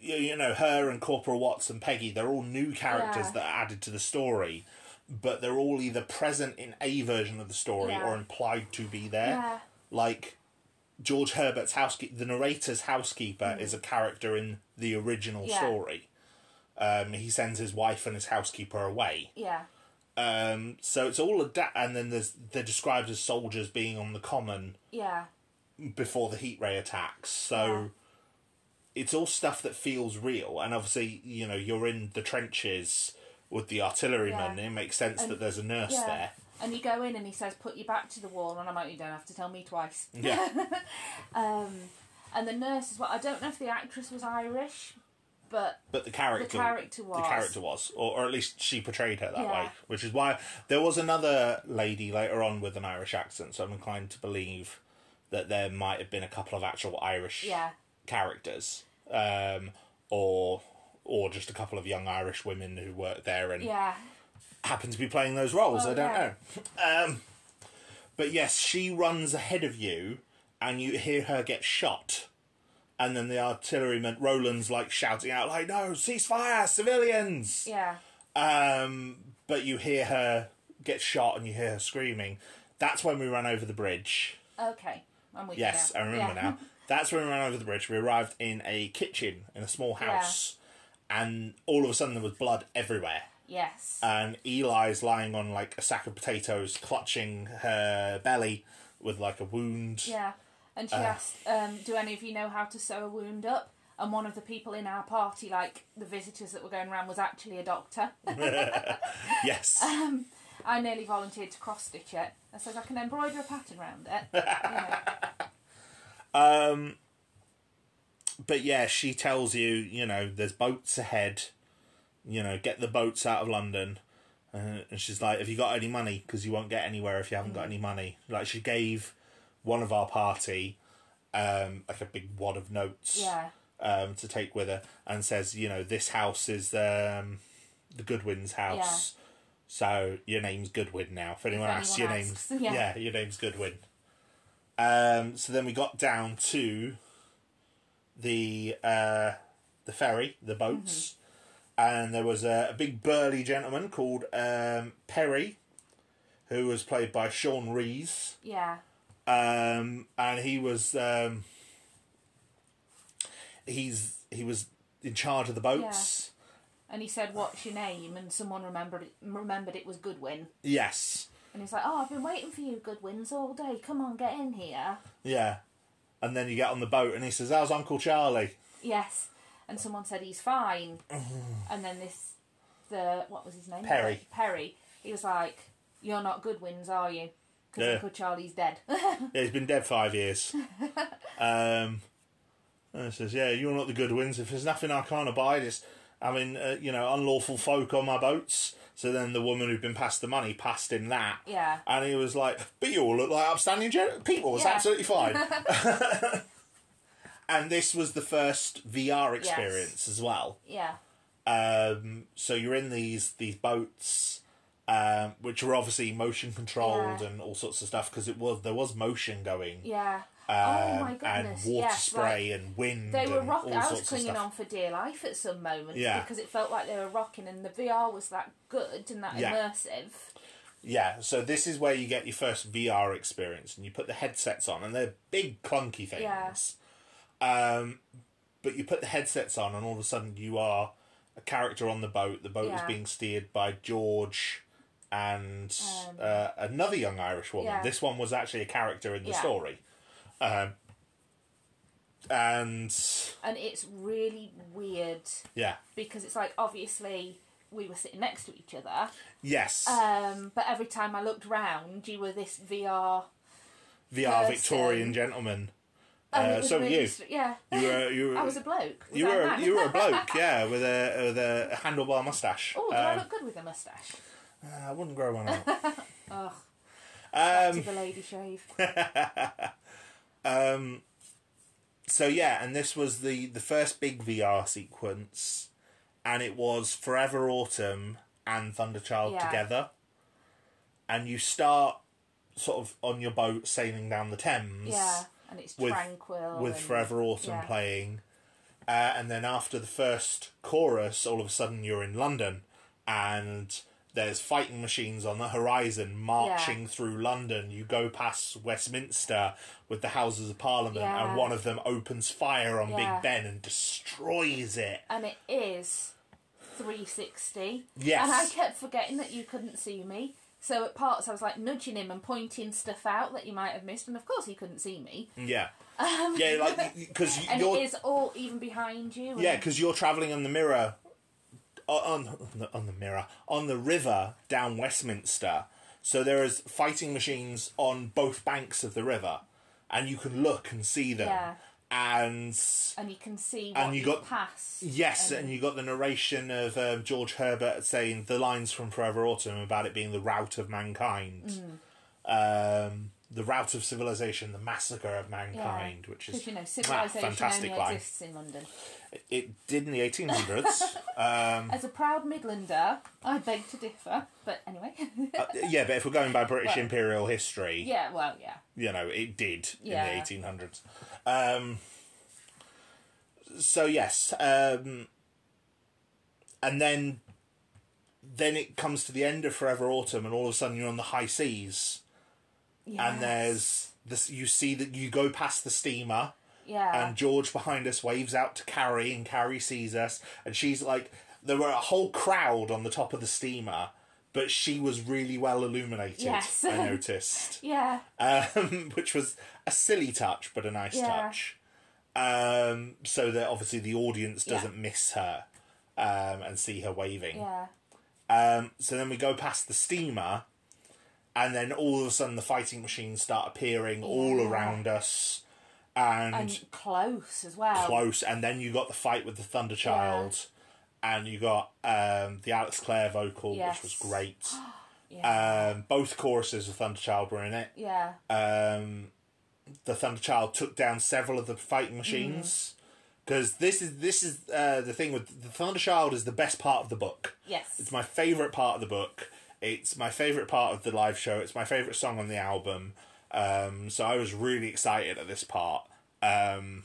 You, you know her and Corporal Watts and Peggy. They're all new characters Yeah. that are added to the story, but they're all either present in a version of the story Yeah. or implied to be there. Yeah. Like George Herbert's housekeeper, the narrator's housekeeper, is a character in the original Mm. Yeah. story. Um, he sends his wife and his housekeeper away. Yeah. Um, so it's all a da- and then there's they're described as soldiers being on the common Yeah. before the heat ray attacks. So Yeah. it's all stuff that feels real, and obviously you know you're in the trenches with the artillerymen. Yeah. It makes sense that there's a nurse Yeah. there. And you go in and he says, put your back to the wall. And I'm like, you don't have to tell me twice. Yeah, Um, and the nurse as well. I don't know if the actress was Irish, but but the character the character was. the character was, or, or at least she portrayed her that Yeah. way, which is why there was another lady later on with an Irish accent. So I'm inclined to believe that there might have been a couple of actual Irish Yeah. characters, um, or or just a couple of young Irish women who worked there and Yeah. happen to be playing those roles. Oh, I don't yeah. know. Um, but yes, she runs ahead of you, and you hear her get shot, And then the artilleryman Roland's like shouting out like, "No, ceasefire, civilians!" Yeah. Um, but you hear her get shot and you hear her screaming. That's when we ran over the bridge. Okay. I'm with you Yes, now. I remember Yeah. now. That's when we ran over the bridge. We arrived in a kitchen in a small house, and all of a sudden there was blood everywhere. yes. And Eli's lying on like a sack of potatoes, clutching her belly with like a wound. yeah. And she asked, um, "Do any of you know how to sew a wound up?" And one of the people in our party, like the visitors that were going around, was actually a doctor. Yes. I nearly volunteered to cross stitch it. I said I can embroider a pattern round it. You know. but yeah, she tells you, you know, there's boats ahead. You know, get the boats out of London. Uh, and she's like, "Have you got any money? Because you won't get anywhere if you haven't Mm. got any money." Like she gave one of our party um, like a big wad of notes Yeah. um, to take with her, and says, "You know, this house is um, the Goodwin's house, so your name's Goodwin now. If anyone asks, your anyone name's asks, yeah. yeah, your name's Goodwin." Um, so then we got down to the uh, the ferry, the boats, and there was a, a big burly gentleman called um, Perry, who was played by Sean Rees, Yeah. um, and he was um, he's he was in charge of the boats. And he said, "What's your name?" And someone remembered it, remembered it was Goodwin. Yes, And he's like, "Oh, I've been waiting for you, Goodwins, all day. Come on, get in here." yeah, and then you get on the boat, and he says, "How's Uncle Charlie?" Yes. And someone said he's fine. and then this, the what was his name? Perry. Perry. He was like, "You're not Goodwins, are you?" Because Yeah. Uncle Charlie's dead. Yeah, he's been dead five years. um, and it says, "Yeah, you're not the Goodwins. If there's nothing I can't abide, it's having uh, you know unlawful folk on my boats." So then the woman who'd been passed the money passed him that. Yeah. And he was like, "But you all look like upstanding gen- people. It's Yeah. absolutely fine." and this was the first VR experience as well. yeah. Um, so you're in these these boats, um, which are obviously motion controlled Yeah. and all sorts of stuff because it was there was motion going. Yeah. Um, oh my goodness. And water yes, spray like, and wind. they were and rocking. um, all I was sorts of clinging stuff. on for dear life at some moments Yeah. because it felt like they were rocking, and the VR was that good and that Yeah. immersive. Yeah, so this is where you get your first VR experience, and you put the headsets on, and they're big clunky things. Yeah. Um, but you put the headsets on, and all of a sudden you are a character on the boat. The boat is Yeah. being steered by George and Um, uh, another young Irish woman. yeah. This one was actually a character in the Yeah. story. Um, and And it's really weird yeah, because it's like obviously we were sitting next to each other, yes, um, but every time I looked round, you were this VR. VR person. Victorian gentleman. And Uh, Oh, it was so were really you. str- yeah. You were you were I was a bloke. Was you I a were a, man? you were a bloke, yeah, with a with a handlebar mustache. Oh, do I um, look good with a moustache? I wouldn't grow one out. Ugh, Um, did the lady shave? so yeah, and this was the the first big VR sequence, and it was Forever Autumn and Thunderchild Yeah. together, and you start sort of on your boat sailing down the Thames. yeah, and it's with- tranquil. with and- Forever Autumn yeah. playing. Uh, and then after the first chorus, all of a sudden you're in London and there's fighting machines on the horizon marching through London. You go past Westminster with the Houses of Parliament, Yeah. and one of them opens fire on Yeah. Big Ben and destroys it. and it is 360. Yes. And I kept forgetting that you couldn't see me. So at parts I was like nudging him and pointing stuff out that you might have missed, and of course he couldn't see me. Yeah. yeah, like, because Um, And Mm. you're. it is all even behind you. and- Yeah, because you're travelling on the mirror, on on the, on the mirror on the river down Westminster. So there is fighting machines on both banks of the river, and you can look and see them. Yeah. And and you can see And what you you got- got past. yes, And- and you got the narration of um, George Herbert saying the lines from Forever Autumn about it being the rout of Mm. mankind, um, the rout of civilization, the massacre of mankind, which is Because you know, ah, civilization fantastic only line. exists in London. It did in the eighteen hundreds. As a proud Midlander, I beg to differ. But anyway, Uh, yeah, but if we're going by British imperial history, yeah, well, yeah, you know, it did Yeah. in the 1800s. Um, so yes, um, and then then it comes to the end of Forever Autumn, and all of a sudden you're on the high seas, Yes. and there's this. You see that you go past the steamer, yeah. and George behind us waves out to Carrie, and Carrie sees us, and she's like, there were a whole crowd on the top of the steamer, but she was really well illuminated. Yes. I noticed, yeah. um, which was a silly touch, but a nice Yeah. touch. Um, so that obviously the audience Yeah. doesn't miss her um, and see her waving. Yeah. Um, so then we go past the steamer, and then all of a sudden the fighting machines start appearing all Yeah. around us, and, And close as well. close. And then you got the fight with the Thunder Child, and you got um, the Alex Clare vocal, Yes. which was great. Yeah. Um, both choruses of Thunder Child were in it. yeah. Um, the Thunder Child took down several of the Mm-hmm. fighting machines. Because this is this is uh, the thing with the Thunder Child is the best part of the book. yes. It's my favourite part of the book. It's my favourite part of the live show. It's my favourite song on the album. Um, so I was really excited at this part um,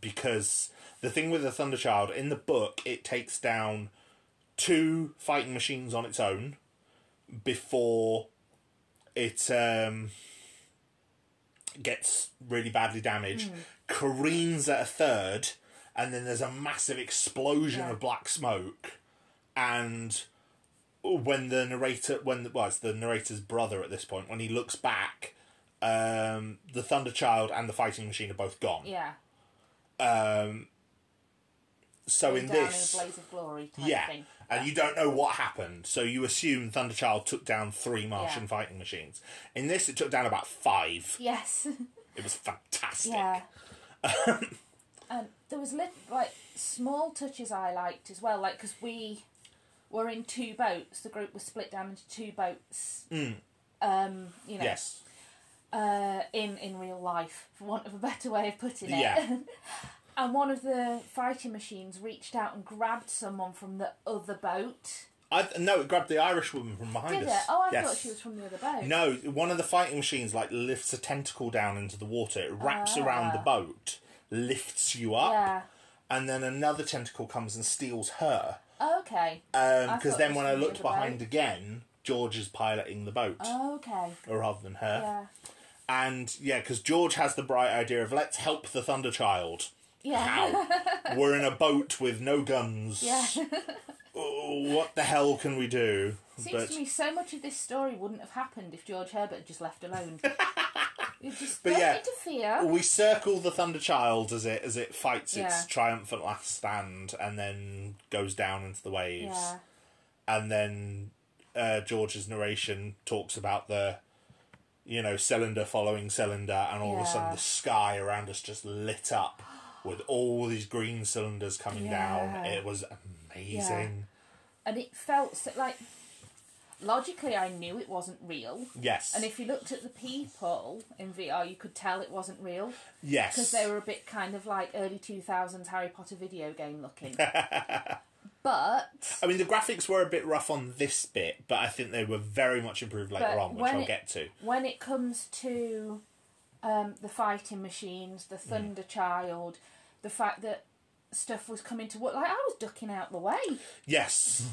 because the thing with the Thunder Child in the book, it takes down two fighting machines on its own before it um, gets really badly damaged, Hmm. careens at a third, and then there's a massive explosion Yeah. of black smoke and when the narrator when well it's the narrator's brother at this point when he looks back um the thunder child and the fighting machine are both gone yeah. so Going in down this in a blaze of glory type yeah thing. and you don't know what happened so you assume thunder child took down three martian Yeah. fighting machines in this it took down about five Yes. it was fantastic yeah. and there was lit, like small touches I liked as well, like because we were in two boats. The group was split down into two boats. Um, you know, Mm. yes uh, in in real life, for want of a better way of putting it. Yeah. and one of the fighting machines reached out and grabbed someone from the other boat. i no it grabbed the irish woman from behind Did it? us Oh, I Yes. thought she was from the other boat. No, one of the fighting machines like lifts a tentacle down into the water. It wraps around the boat, lifts you up, Ah. Yeah. and then another tentacle comes and steals her. Okay. I Because thought it then was when I from the looked other behind boat. again, George is piloting the boat uh, okay. rather than her. Yeah. And yeah, because George has the bright idea of let's help the Thunder Child. Yeah. How? We're in a boat with no guns. Yeah. Oh, what the hell can we do? Seems to me so much of this story wouldn't have happened if George Herbert had just left alone. you just But don't yeah. interfere. we circle the Thunder Child as it as it fights its Yeah. triumphant last stand and then goes down into the waves. Yeah. And then uh, George's narration talks about the you know cylinder following cylinder, and all of a sudden Yeah. the sky around us just lit up with all these green cylinders coming down. Yeah. It was amazing. And it felt so, like logically I knew it wasn't real. Yes. And if you looked at the people in VR, you could tell it wasn't real yes. because they were a bit kind of like early 2000s Harry Potter video game looking. but I mean, the graphics were a bit rough on this bit, but I think they were very much improved later But on, which when I'll it- get to. when it comes to um, the fighting machines, Mm. the Thunder Child, the fact that stuff was coming to what like I was ducking out the way Yes.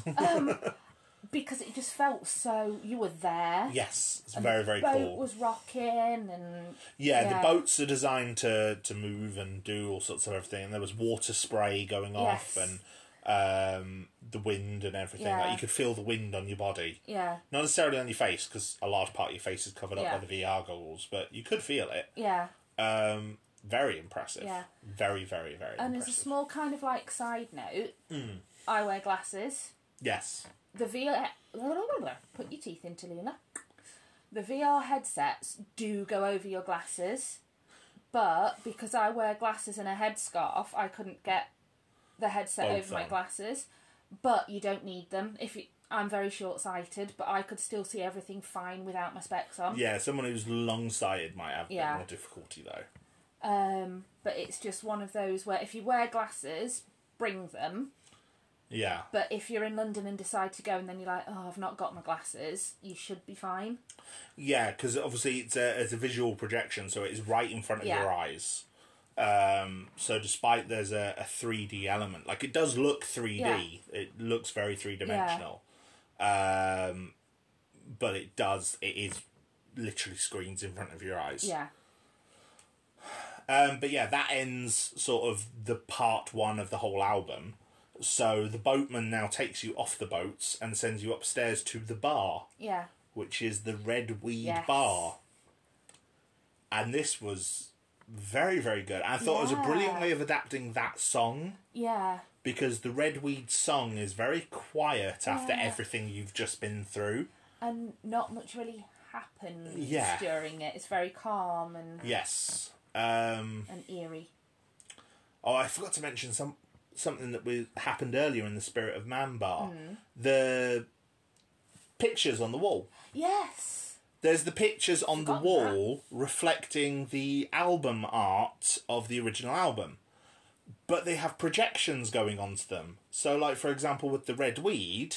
because it just felt so you were there. Yes, it's very very boat cool. was rocking and yeah, yeah. the boats are designed to to move and do all sorts of everything. And there was water spray going off Yes. and um, the wind and everything. Like Yeah. you could feel the wind on your body, yeah, not necessarily on your face because a large part of your face is covered up Yeah. by the VR goggles, but you could feel it. yeah. Um, very impressive. Yeah. Very very very And as a impressive. Mm. small kind of like side note, I wear glasses. yes. The VR put your teeth into Luna. The VR headsets do go over your glasses, but because I wear glasses and a headscarf, I couldn't get the headset Both over my on. glasses. But you don't need them if you. I'm very short sighted, but I could still see everything fine without my specs on. Yeah, someone who's long sighted might have a Yeah. bit more difficulty though. Um, but it's just one of those where if you wear glasses, bring them. Yeah. But if you're in London and decide to go and then you're like, oh, I've not got my glasses, you should be fine. Yeah, because obviously it's a it's a visual projection, so it's right in front of Yeah. your eyes. Um, so despite there's a, a 3D element, like it does look 3D, it looks very three dimensional. Um, but it does, it is literally screens in front of your eyes. Yeah. Um, but yeah, that ends sort of the part one of the whole album. So the boatman now takes you off the boats and sends you upstairs to the bar, Yeah. which is the Red Weed Yes. Bar. And this was very, very good. I thought it was a brilliant Yeah. way of adapting that song Yeah. because the Red Weed song is very quiet after Yeah. everything you've just been through. And not much really happens Yeah. during it. It's very calm and, Yes. Um, and eerie. Oh, I forgot to mention some something that we happened earlier in the Spirit of Man bar. Mm. The pictures on the wall. Yes. There's the pictures on the Forgotten wall reflecting the album art of the original album. But they have projections going onto them. So like for example with the red weed,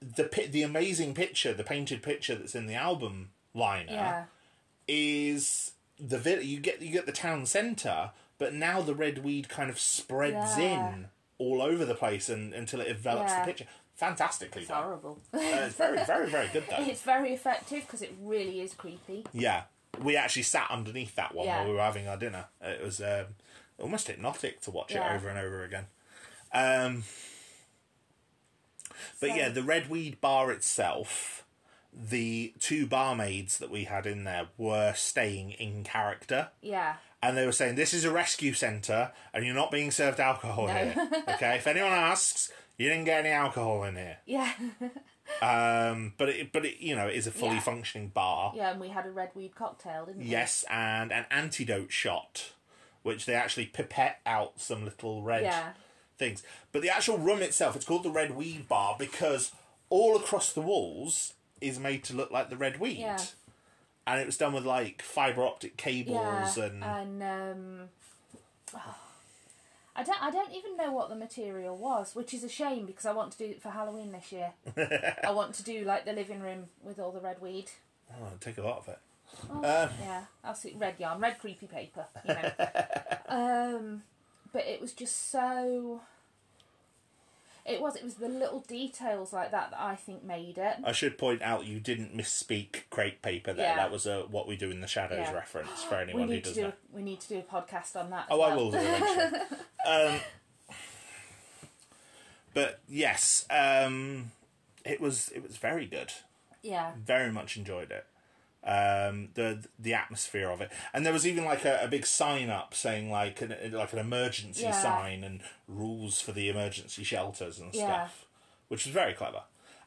the pi- the amazing picture, the painted picture that's in the album liner Yeah. is the vi- you get you get the town centre, but now the red weed kind of spreads Yeah. in all over the place and until it envelops Yeah. the picture. Fantastically It's done. horrible. Uh, it's very, very, very good though. it's very effective because it really is creepy. Yeah, we actually sat underneath that one Yeah. while we were having our dinner. It was um, almost hypnotic to watch Yeah. it over and over again. Um, but So- yeah, the red weed bar itself, the two barmaids that we had in there were staying in character. Yeah. and they were saying this is a rescue center and you're not being served alcohol here okay if anyone asks you didn't get any alcohol in here Yeah. um but it but it you know it is a fully Yeah. functioning bar yeah, and we had a red weed cocktail, didn't we? yes and an antidote shot which they actually pipette out some little red Yeah. things but the actual room itself it's called the red weed bar because all across the walls is made to look like the red weed Yeah. and it was done with like fiber optic Yeah. cables and and um, I don't. I don't even know what the material was, which is a shame because I want to do it for Halloween this year. I want to do like the living room with all the red weed. oh, it'd take a lot of it Yeah, I'll see red yarn, red creepy paper. You know. um, but it was just so. It was. It was the little details like that that I think made it. I should point out you didn't misspeak crepe paper there. Yeah. That was a what we do in the shadows Yeah. reference for We anyone who need to doesn't. do. know. A, we need to do a podcast on that. as Oh, I well. will do eventually. um, but yes, um, it was it was very good. Yeah. Very much enjoyed it. Um, the the atmosphere of it, and there was even like a, a big sign up saying like an like an emergency Yeah. sign and rules for the emergency shelters and Yeah. stuff, which was very clever.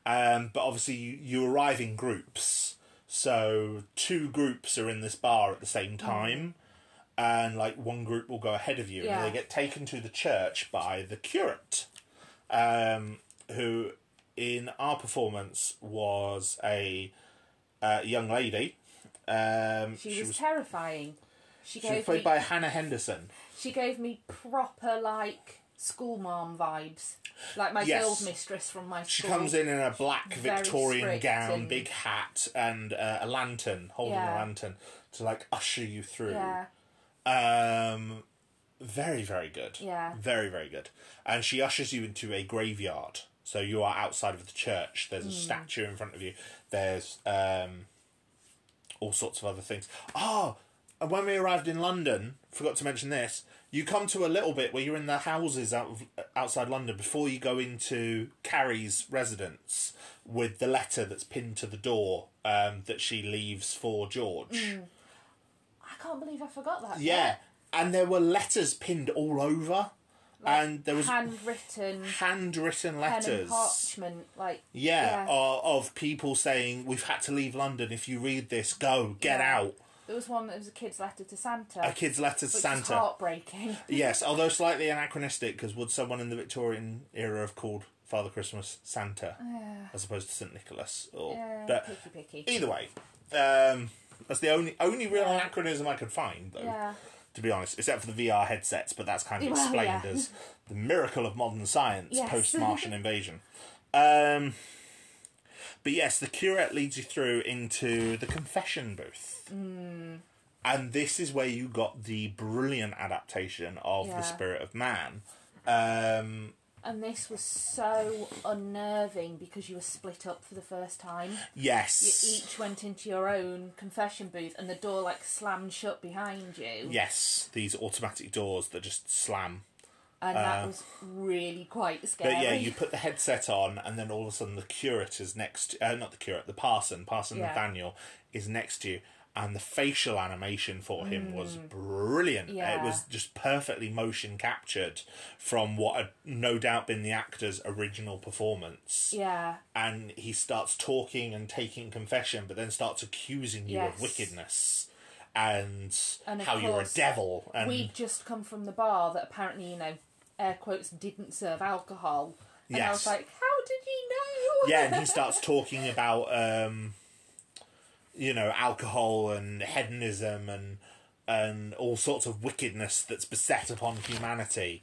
Um, but obviously you, you arrive in groups, so two groups are in this bar at the same Mm. time, and like one group will go ahead of you, Yeah. and they get taken to the church by the curate, um, who in our performance was a uh, young lady. Um, She, was, terrifying. She she was gave played me, by Hannah Henderson. she gave me proper like school mom vibes, like my Yes. girls' mistress from my She school. comes in in a black Very Victorian strict gown, and- big hat, and uh, a lantern, holding a Yeah. lantern to like usher you through. Yeah, Um, very, very good. Yeah. Very, very good. And she ushers you into a graveyard. So you are outside of the church. There's a statue in front of you. There's um, all sorts of other things. Oh, and when we arrived in London, forgot to mention this. You come to a little bit where you're in the houses out of, outside London before you go into Carrie's residence with the letter that's pinned to the door um, that she leaves for George. I can't believe I forgot that. Yeah, and there were letters pinned all over, and there was handwritten handwritten pen and letters. parchment, like yeah, yeah. o- of people saying we've had to leave London. If you read this, go get Yeah. out. There was one that was a kid's letter to Santa, A kid's letter to which is Santa. heartbreaking. Yes, although slightly anachronistic, because would someone in the Victorian era have called Father Christmas Santa as opposed to Saint Nicholas? Or Oh, Yeah, but picky, picky. either way, um, that's the only only real anachronism I could find. Though. yeah, to be honest, except for the VR headsets, but that's kind of Well, explained yeah. as the miracle of modern science Yes. post Martian invasion. Um, Hmm. but yes, the curate leads you through into the confession booth. And this is where you got the brilliant adaptation of Yeah. The Spirit of Man. Um, And this was so unnerving because you were split up for the first time. You yes. each went into your own confession booth and the door like slammed shut behind you. Yes, these automatic doors that just slam. And that was really quite scary. Uh, But yeah, you put the headset on, and then all of a sudden the curate is next. Uh, not the curate, the parson, parson Yeah. Nathaniel, is next to you, and the facial animation for him was brilliant. Uh, It Mm. Yeah. was just perfectly motion captured from what had no doubt been the actor's original performance. Yeah. And he starts talking and taking confession, but then starts accusing you of Yes. wickedness and, And of how you're a course, devil. And We'd just come from the bar that apparently, you know, air quotes, didn't serve alcohol. And I Yes. was like, how did you know? yeah, and he starts talking about um, you know alcohol and hedonism and and all sorts of wickedness that's beset upon humanity.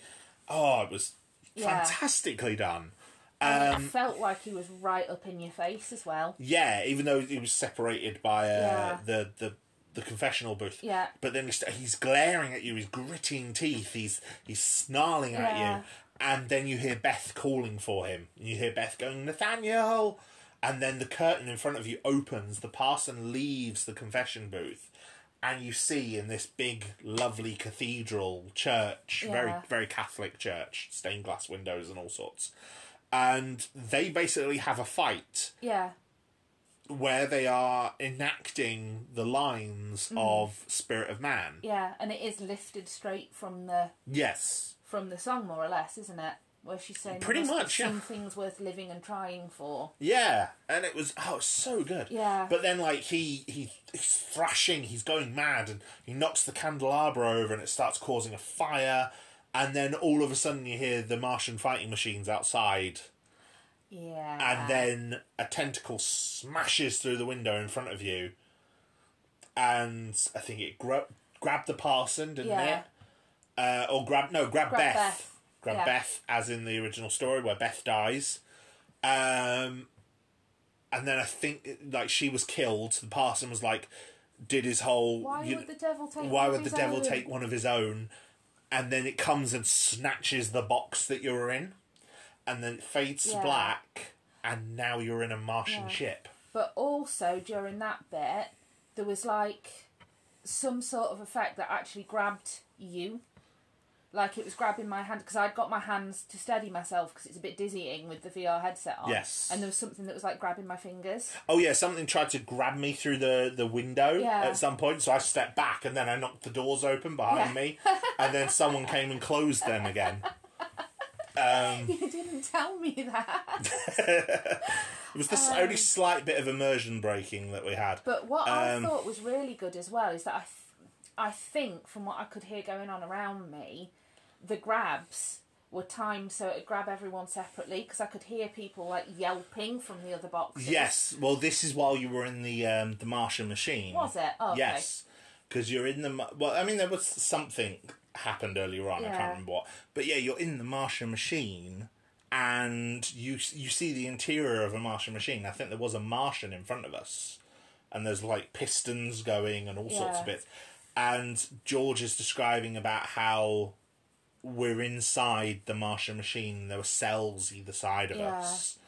Oh, it was Yeah. fantastically done. And um, it felt like he was right up in your face as well. Yeah, even though he was separated by uh, Yeah. the the the confessional booth. Yeah. But then he's, he's glaring at you. He's gritting teeth. He's he's snarling at Yeah. you. And then you hear Beth calling for him. You hear Beth going, Nathaniel. And then the curtain in front of you opens. The parson leaves the confession booth, and you see in this big, lovely cathedral church, very Yeah. very Catholic church, stained glass windows and all sorts. And they basically have a fight Yeah. where they are enacting the lines of Spirit of Man. Yeah. And it is lifted straight from the Yes. from the song, more or less, isn't it? Where she's saying there Pretty must be much, yeah. some things worth living and trying for. Yeah, and it was oh, it was so good. Yeah. But then like he he he's thrashing, he's going mad, and he knocks the candelabra over, and it starts causing a fire. And then all of a sudden, you hear the Martian fighting machines outside, Yeah. and then a tentacle smashes through the window in front of you, and I think it gra- grabbed the parson, didn't Yeah. it? uh, or grab no grab, Grab Beth. Beth. grab Yeah. Beth as in the original story where Beth dies, um, and then I think like she was killed. The parson was like, did his whole Why you- would the devil take? why one would of the his devil own? take one of his own? And then it comes and snatches the box that you're in, and then it fades to Yeah. black, and now you're in a Martian Yeah. ship. But also during that bit, there was like some sort of effect that actually grabbed you. Like it was grabbing my hand because I'd got my hands to steady myself because it's a bit dizzying with the VR headset on. Yes. And there was something that was like grabbing my fingers. Oh yeah, something tried to grab me through the, the window Yeah. at some point, so I stepped back and then I knocked the doors open behind Yeah. me, and then someone came and closed them again. Um, you didn't tell me that. It was the Oh. s only slight bit of immersion breaking that we had. But what I Um, thought was really good as well is that I, th- I think from what I could hear going on around me, the grabs were timed so it'd grab everyone separately because I could hear people like yelping from the other boxes. yes, well, this is while you were in the um, the Martian machine. Was it? Oh, okay. Yes, because you're in the Ma- well. I mean, there was something happened earlier on. I Yeah. can't remember what, but yeah, you're in the Martian machine, and you you see the interior of a Martian machine. I think there was a Martian in front of us, and there's like pistons going and all sorts of Yeah. bits. And George is describing about how we're inside the Martian machine. There were cells either side of Yeah. us,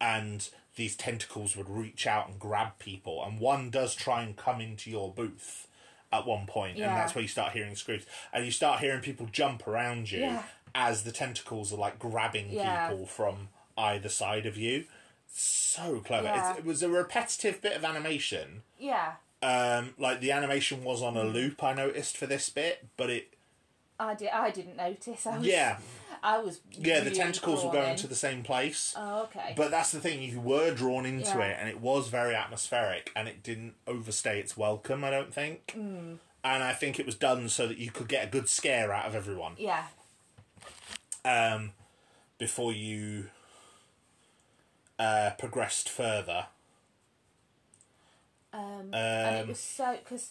and these tentacles would reach out and grab people. And one does try and come into your booth at one point, and Yeah. that's where you start hearing screams, and you start hearing people jump around you Yeah. as the tentacles are like grabbing Yeah. people from either side of you. So clever! Yeah. It, it was a repetitive bit of animation. Yeah, Um, like the animation was on a loop. I noticed for this bit, but it I did. I didn't notice. I was, yeah I was. yeah the really tentacles were drawn going in. to the same place. Oh, okay. But that's the thing, you were drawn into Yeah. it and it was very atmospheric and it didn't overstay its welcome, I don't think. Mm. And I think it was done so that you could get a good scare out of everyone yeah, um, before you uh, progressed further. um, and it was so because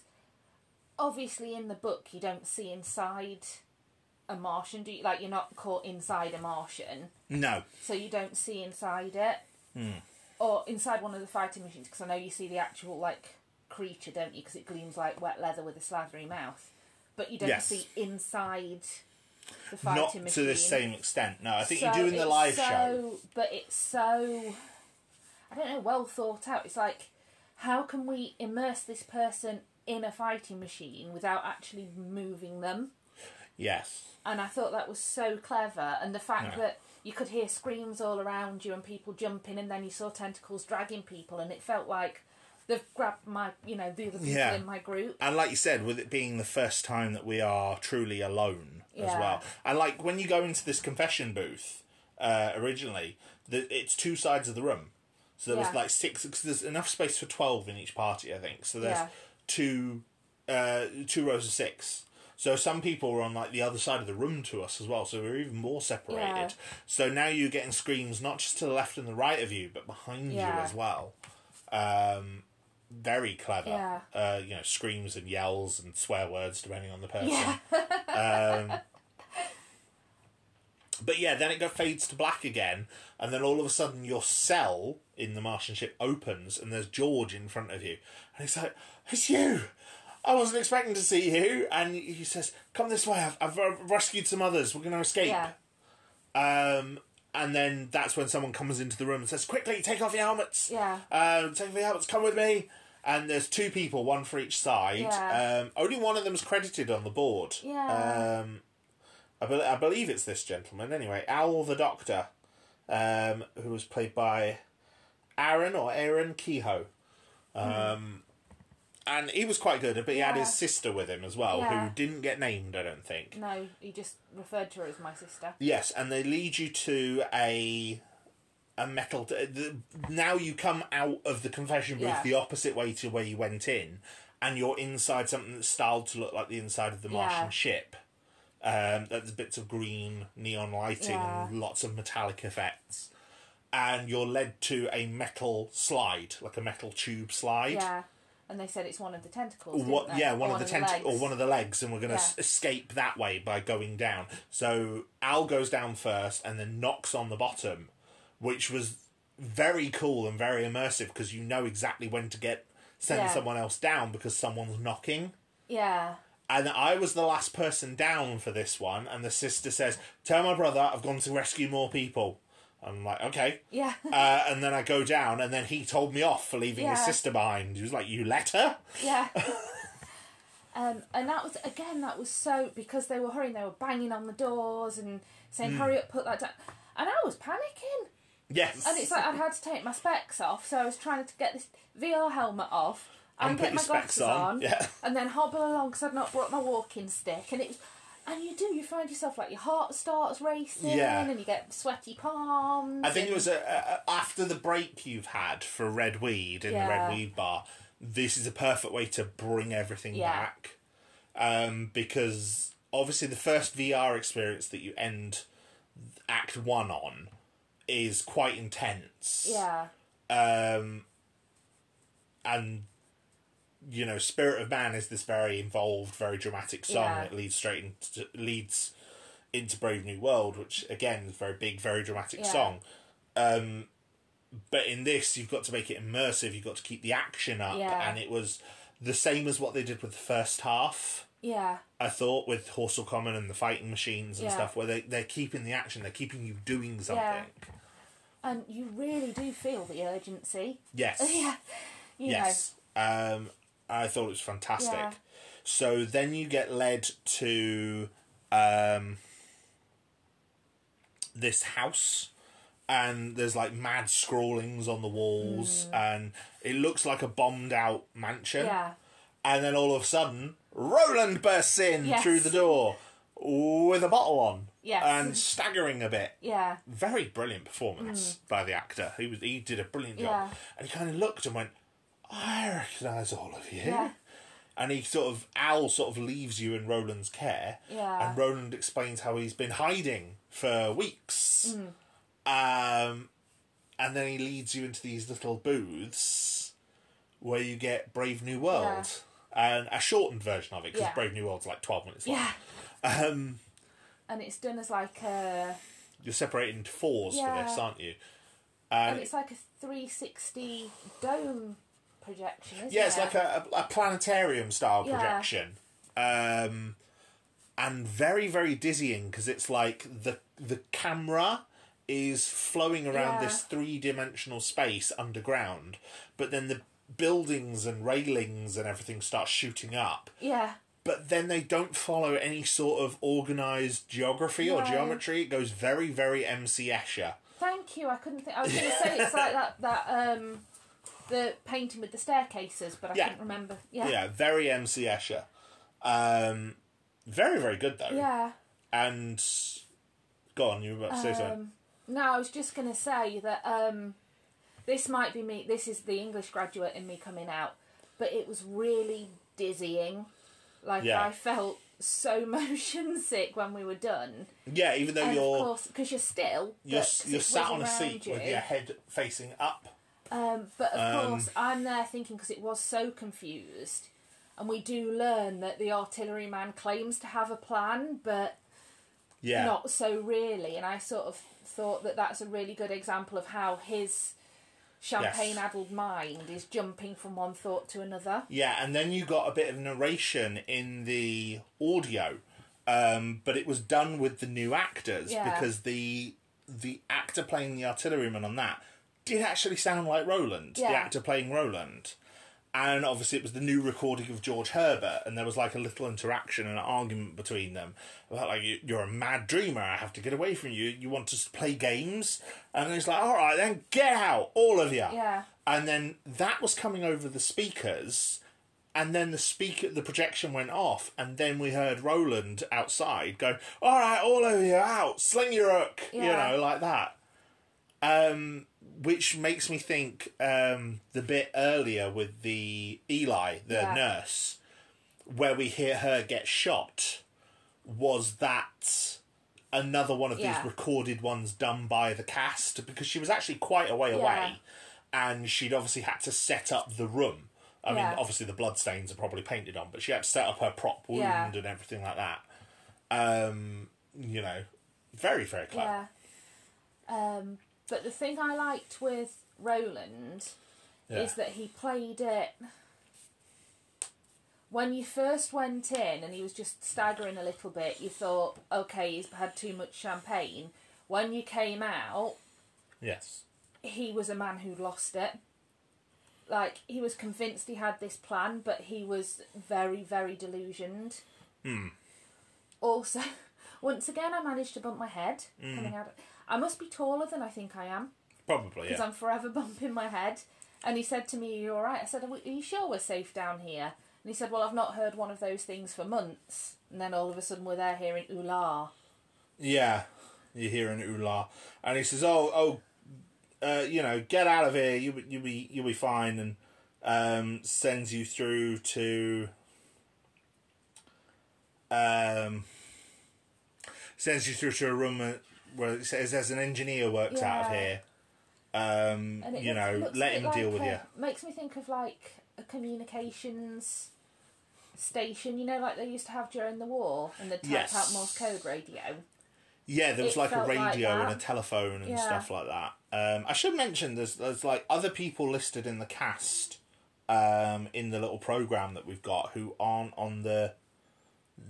obviously in the book you don't see inside a Martian, do you? Like you're not caught inside a Martian. No. so you don't see Hmm. inside it or inside one of the fighting machines because I know you see the actual like creature, don't you? Because it gleams like wet leather with a slathery mouth. But you don't Yes. see inside the fighting Not to machine. the same extent. No, I think So you do in the it's live so, show. But it's so, I don't know, well thought out. It's like, how can we immerse this person in a fighting machine without actually moving them? Yes. And I thought that was so clever. And the fact Yeah. that you could hear screams all around you and people jumping, and then you saw tentacles dragging people, and it felt like they've grabbed my, you know, the other people Yeah. in my group. And like you said, with it being the first time that we are truly alone as Yeah. well. And like when you go into this confession booth uh, originally, the, it's two sides of the room. So there was Yeah. like six, because there's enough space for 12 in each party, I think. So there's Yeah. two, uh, two rows of six. So some people were on like the other side of the room to us as well. So we were even more separated. Yeah. So now you're getting screams not just to the left and the right of you, but behind you Yeah. as well. Um, very clever. Yeah. Uh, you know, screams and yells and swear words depending on the person. Um, Yeah. But yeah, then it go fades to black again, and then all of a sudden your cell in the Martian ship opens, and there's George in front of you, and he's like, "It's you." I wasn't expecting to see you, and he says, "Come this way. I've, I've uh, rescued some others. We're going to escape." Yeah. Um, and then that's when someone comes into the room and says, "Quickly, take off your helmets. Yeah. Um, take off your helmets. Come with me." And there's two people, one for each side. Yeah. Um, only one of them's credited on the board. Yeah. Um, I, bel I believe it's this gentleman. Anyway, Owl the Doctor, um, who was played by Aaron or Aaron Kehoe. Um, And he was quite good, but he had Yeah. his sister with him as well, Yeah. who didn't get named, I don't think. No, he just referred to her as my sister. Yes, and they lead you to a a metal. t- the, now you come out of the confession booth Yeah. the opposite way to where you went in, and you're inside something that's styled to look like the inside of the Martian Yeah. ship. Um, there's bits of green neon lighting and lots of metallic effects, and you're led to a metal slide, like a metal tube slide. Yeah. And they said it's one of the tentacles. didn't What? they? Yeah, one Or of the tent or legs. one of the legs, and we're gonna Yeah. s- escape that way by going down. So Al goes down first, and then knocks on the bottom, which was very cool and very immersive because you know exactly when to get send Yeah. someone else down because someone's knocking. Yeah. And I was the last person down for this one, and the sister says, "Tell my brother I've gone to rescue more people." I'm like, okay. Yeah. Uh, and then I go down, and then he told me off for leaving his Yeah. sister behind. He was like, "You let her." Yeah. um, and that was again that was so because they were hurrying, they were banging on the doors and saying, Hmm. "Hurry up, put that down." And I was panicking, Yes. and it's like I'd had to take my specs off, so I was trying to get this VR helmet off and, And put get your my specs glasses on, on, yeah. and then hobble along because I'd not brought my walking stick, and it was. And you do, you find yourself like your heart starts racing, Yeah. and you get sweaty palms. I think and- it was a, a, a- after the break you've had for Red Weed in the Red Yeah. Weed Bar. This is a perfect way to bring everything Yeah. back, um, because obviously the first VR experience that you end Act One on is quite intense. yeah, Um, and you know, Spirit of Man is this very involved, very dramatic song Yeah. that leads straight into leads into Brave New World, which again is a very big, very dramatic Yeah. song. Um, but in this, you've got to make it immersive. You've got to keep the action up, Yeah. and it was the same as what they did with the first half. yeah, I thought with Horsel Common and the fighting machines and Yeah. stuff, where they they're keeping the action, they're keeping you doing something. and you really do feel the urgency. Yes. yeah, you Yes. Um, I thought it was fantastic. Yeah. So then you get led to um, this house, and there's like mad scrawlings on the walls, and it looks like a bombed out mansion. know, Mm. yeah. And then all of a sudden, Roland bursts in Yes. through the door with a bottle on. Yes. And staggering a bit Yeah, very brilliant performance by the actor. He was he did a brilliant job, Mm. Yeah. and he kind of looked and went, "I recognise all of you." Yeah. And he sort of Al sort of leaves you in Roland's care, Yeah. and Roland explains how he's been hiding for weeks, Mm. um, and then he leads you into these little booths where you get Brave New World. And a shortened version of it because Yeah. Brave New World's like twelve minutes long. yeah. Um, and it's done as like a you're separated into fours for Yeah. this, aren't you? and it's like a 360 dome projection, isn't Yeah, it's it? like a, a, a planetarium style Yeah. projection, um, and very very dizzying because it's like the the camera is flowing around Yeah. this three dimensional space underground, but then the buildings and railings and everything start shooting up. yeah, But then they don't follow any sort of organized geography or No. geometry. It goes very very MC Escher. Thank you. I couldn't think. I was going to say it's like that that um the painting with the staircases, but I Yeah. couldn't remember. Yeah. Yeah, very MC Escher. Um, very very good though. Yeah. And go on, you were about to say something. Um, no, I was just going to say that um this might be me. This is the English graduate in me coming out, but it was really dizzying. Like Yeah. I felt so motion sick when we were done. Yeah, even though And of you're course, because you're still you're but 'cause you're it sat was on a around seat with you. your head facing up. Um, but of course, I'm there thinking because it was so confused, and we do learn that the artilleryman claims to have a plan, but Yeah, not so really. And I sort of thought that that's a really good example of how his champagne-addled mind is jumping from one thought to another. yeah. And then you got a bit of narration in the audio, um, but it was done with the new actors Yeah. because the the actor playing the artilleryman on that did actually sound like Roland, Yeah. the actor playing Roland. And obviously, it was the new recording of George Herbert, and there was like a little interaction and an argument between them about like "You- you're a mad dreamer. I have to get away from you. You want us to play games, and it's like, all right, then get out, all of you. Yeah. And then that was coming over the speakers, and then the speaker, the projection went off, and then we heard Roland outside go, all right, all of you out, sling your hook, Yeah. you know, like that. Um, which makes me think um, the bit earlier with the Eli, the Yeah. nurse, where we hear her get shot, was that another one of Yeah. these recorded ones done by the cast? Because she was actually quite a way away, and she'd obviously had to set up the room. I mean, Yeah. obviously the bloodstains are probably painted on, but she had to set up her prop wound Yeah. and everything like that. Um, you know, very very clever. Yeah. Um, but the thing I liked with Roland Yeah. is that he played it when you first went in and he was just staggering a little bit. You thought, okay, he's had too much champagne. When you came out, Yes. he was a man who'd lost it. Like he was convinced he had this plan, but he was very, very delusioned. Also, once again, I managed to bump my head coming out. I must be taller than I think I am Probably, because yeah. I'm forever bumping my head. And he said to me, "Are you all right?" I said, "Are we- are you sure we're safe down here?" And he said, "Well, I've not heard one of those things for months." And then all of a sudden, we're there hearing "Ooh la." Yeah. You hear an ooh-la. And he says, Oh, oh uh, you know, get out of here, you you'll be you'll be fine and um sends you through to um sends you through to a room uh, where it says there's an engineer works out of Yeah. here. Um And you looks- know, looks a let bit him like deal with a- you. Makes me think of like a communications station, you know, like they used to have during the war, and they'd type Yes. out Morse code radio. Yeah, there was It like a felt radio like that. and a telephone and Yeah. stuff like that. Um, I should mention there's there's like other people listed in the cast um, in the little program that we've got who aren't on the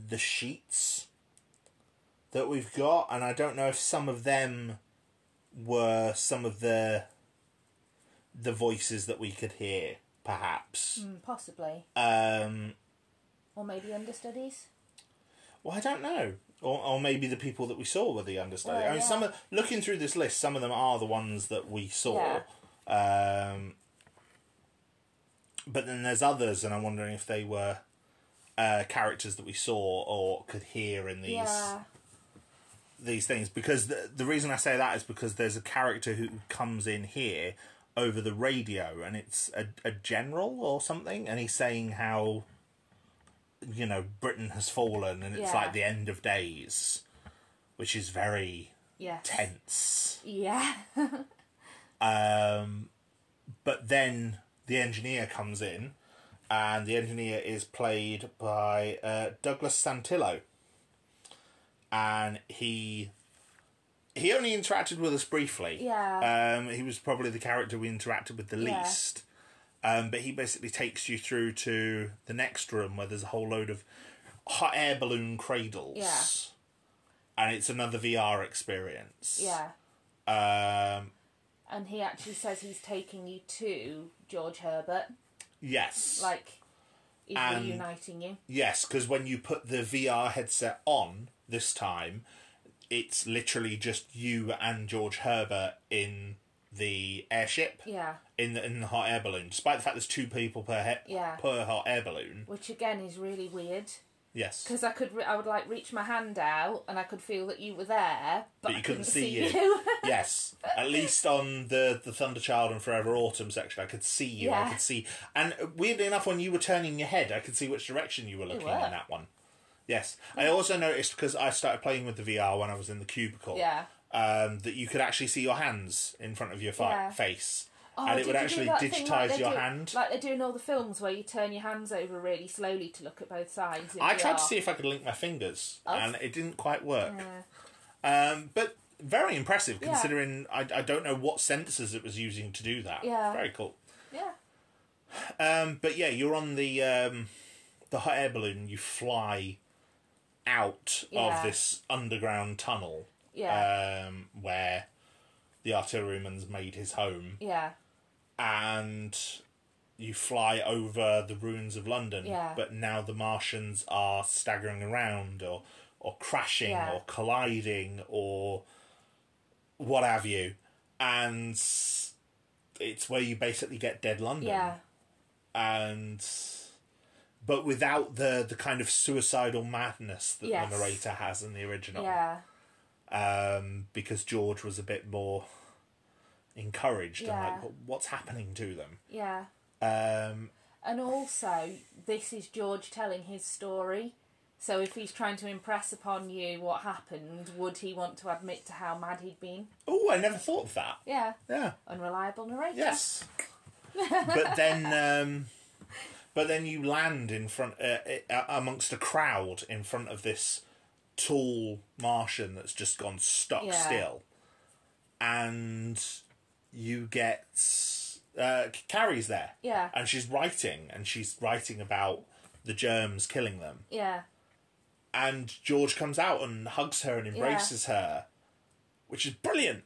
the sheets that we've got, and I don't know if some of them were some of the the voices that we could hear, perhaps. Mm, possibly. Um, Or maybe understudies. Well, I don't know. Or, or maybe the people that we saw were the understudy. Well, I mean, yeah. some of, looking through this list, some of them are the ones that we saw. Um, but then there's others, and I'm wondering if they were uh, characters that we saw or could hear in these Yeah. these things. Because the, the reason I say that is because there's a character who comes in here over the radio, and it's a, a general or something, and he's saying how you know Britain has fallen, and it's Yeah. like the end of days, which is very Yes. tense. Yeah. Um, but then the engineer comes in, and the engineer is played by uh, Douglas Santillo, and he he only interacted with us briefly. Yeah. Um, he was probably the character we interacted with the Yeah. least. Um, but he basically takes you through to the next room where there's a whole load of hot air balloon cradles. Yeah. And it's another VR experience. Yeah. Um, And he actually says he's taking you to George Herbert, yes. like he's And- reuniting you. Yes, because when you put the VR headset on this time, it's literally just you and George Herbert in the airship Yeah. in the in the hot air balloon. Despite the fact there's two people per he- Yeah. per hot air balloon. Which again is really weird Yes, because I could re- I would like reach my hand out and I could feel that you were there, but, you I couldn't see you. you. yes. At least on the the Thunderchild and Forever Autumn section, I could see you. I Yeah. could see, and weirdly enough, when you were turning your head, I could see which direction you were looking were. in that one. Yes, I also noticed because I started playing with the VR when I was in the cubicle. yeah. um, that you could actually see your hands in front of your fi- Yeah. face, Oh, and it did would you do actually that thing digitize like they your do- hand. like they do in all the films where you turn your hands over really slowly to look at both sides. in I tried to VR. see if I could link my fingers, Oh. and it didn't quite work. Yeah. Um, but very impressive considering I, I don't know what sensors it was using to do that. Yeah. very cool. yeah. Um, but yeah, you're on the um, the hot air balloon. You fly out Yeah. of this underground tunnel Yeah. um, where the artilleryman's made his home. yeah. and you fly over the ruins of London. Yeah. But now the Martians are staggering around or or crashing Yeah. or colliding or what have you. And it's where you basically get dead London. Yeah. And but without the, the kind of suicidal madness that Yes. the narrator has in the original. Yeah. Um, because George was a bit more encouraged Yeah. and like, what's happening to them? Yeah. Um, And also, this is George telling his story. So if he's trying to impress upon you what happened, would he want to admit to how mad he'd been? oh, I never thought of that. Yeah. Yeah. Unreliable narrator. Yes. but then, um, but then you land in front uh, uh, amongst a crowd in front of this tall Martian that's just gone stock Yeah. still, and you get uh, Carrie's there. Yeah. And she's writing, and she's writing about the germs killing them. Yeah. and George comes out and hugs her and embraces her, which is brilliant.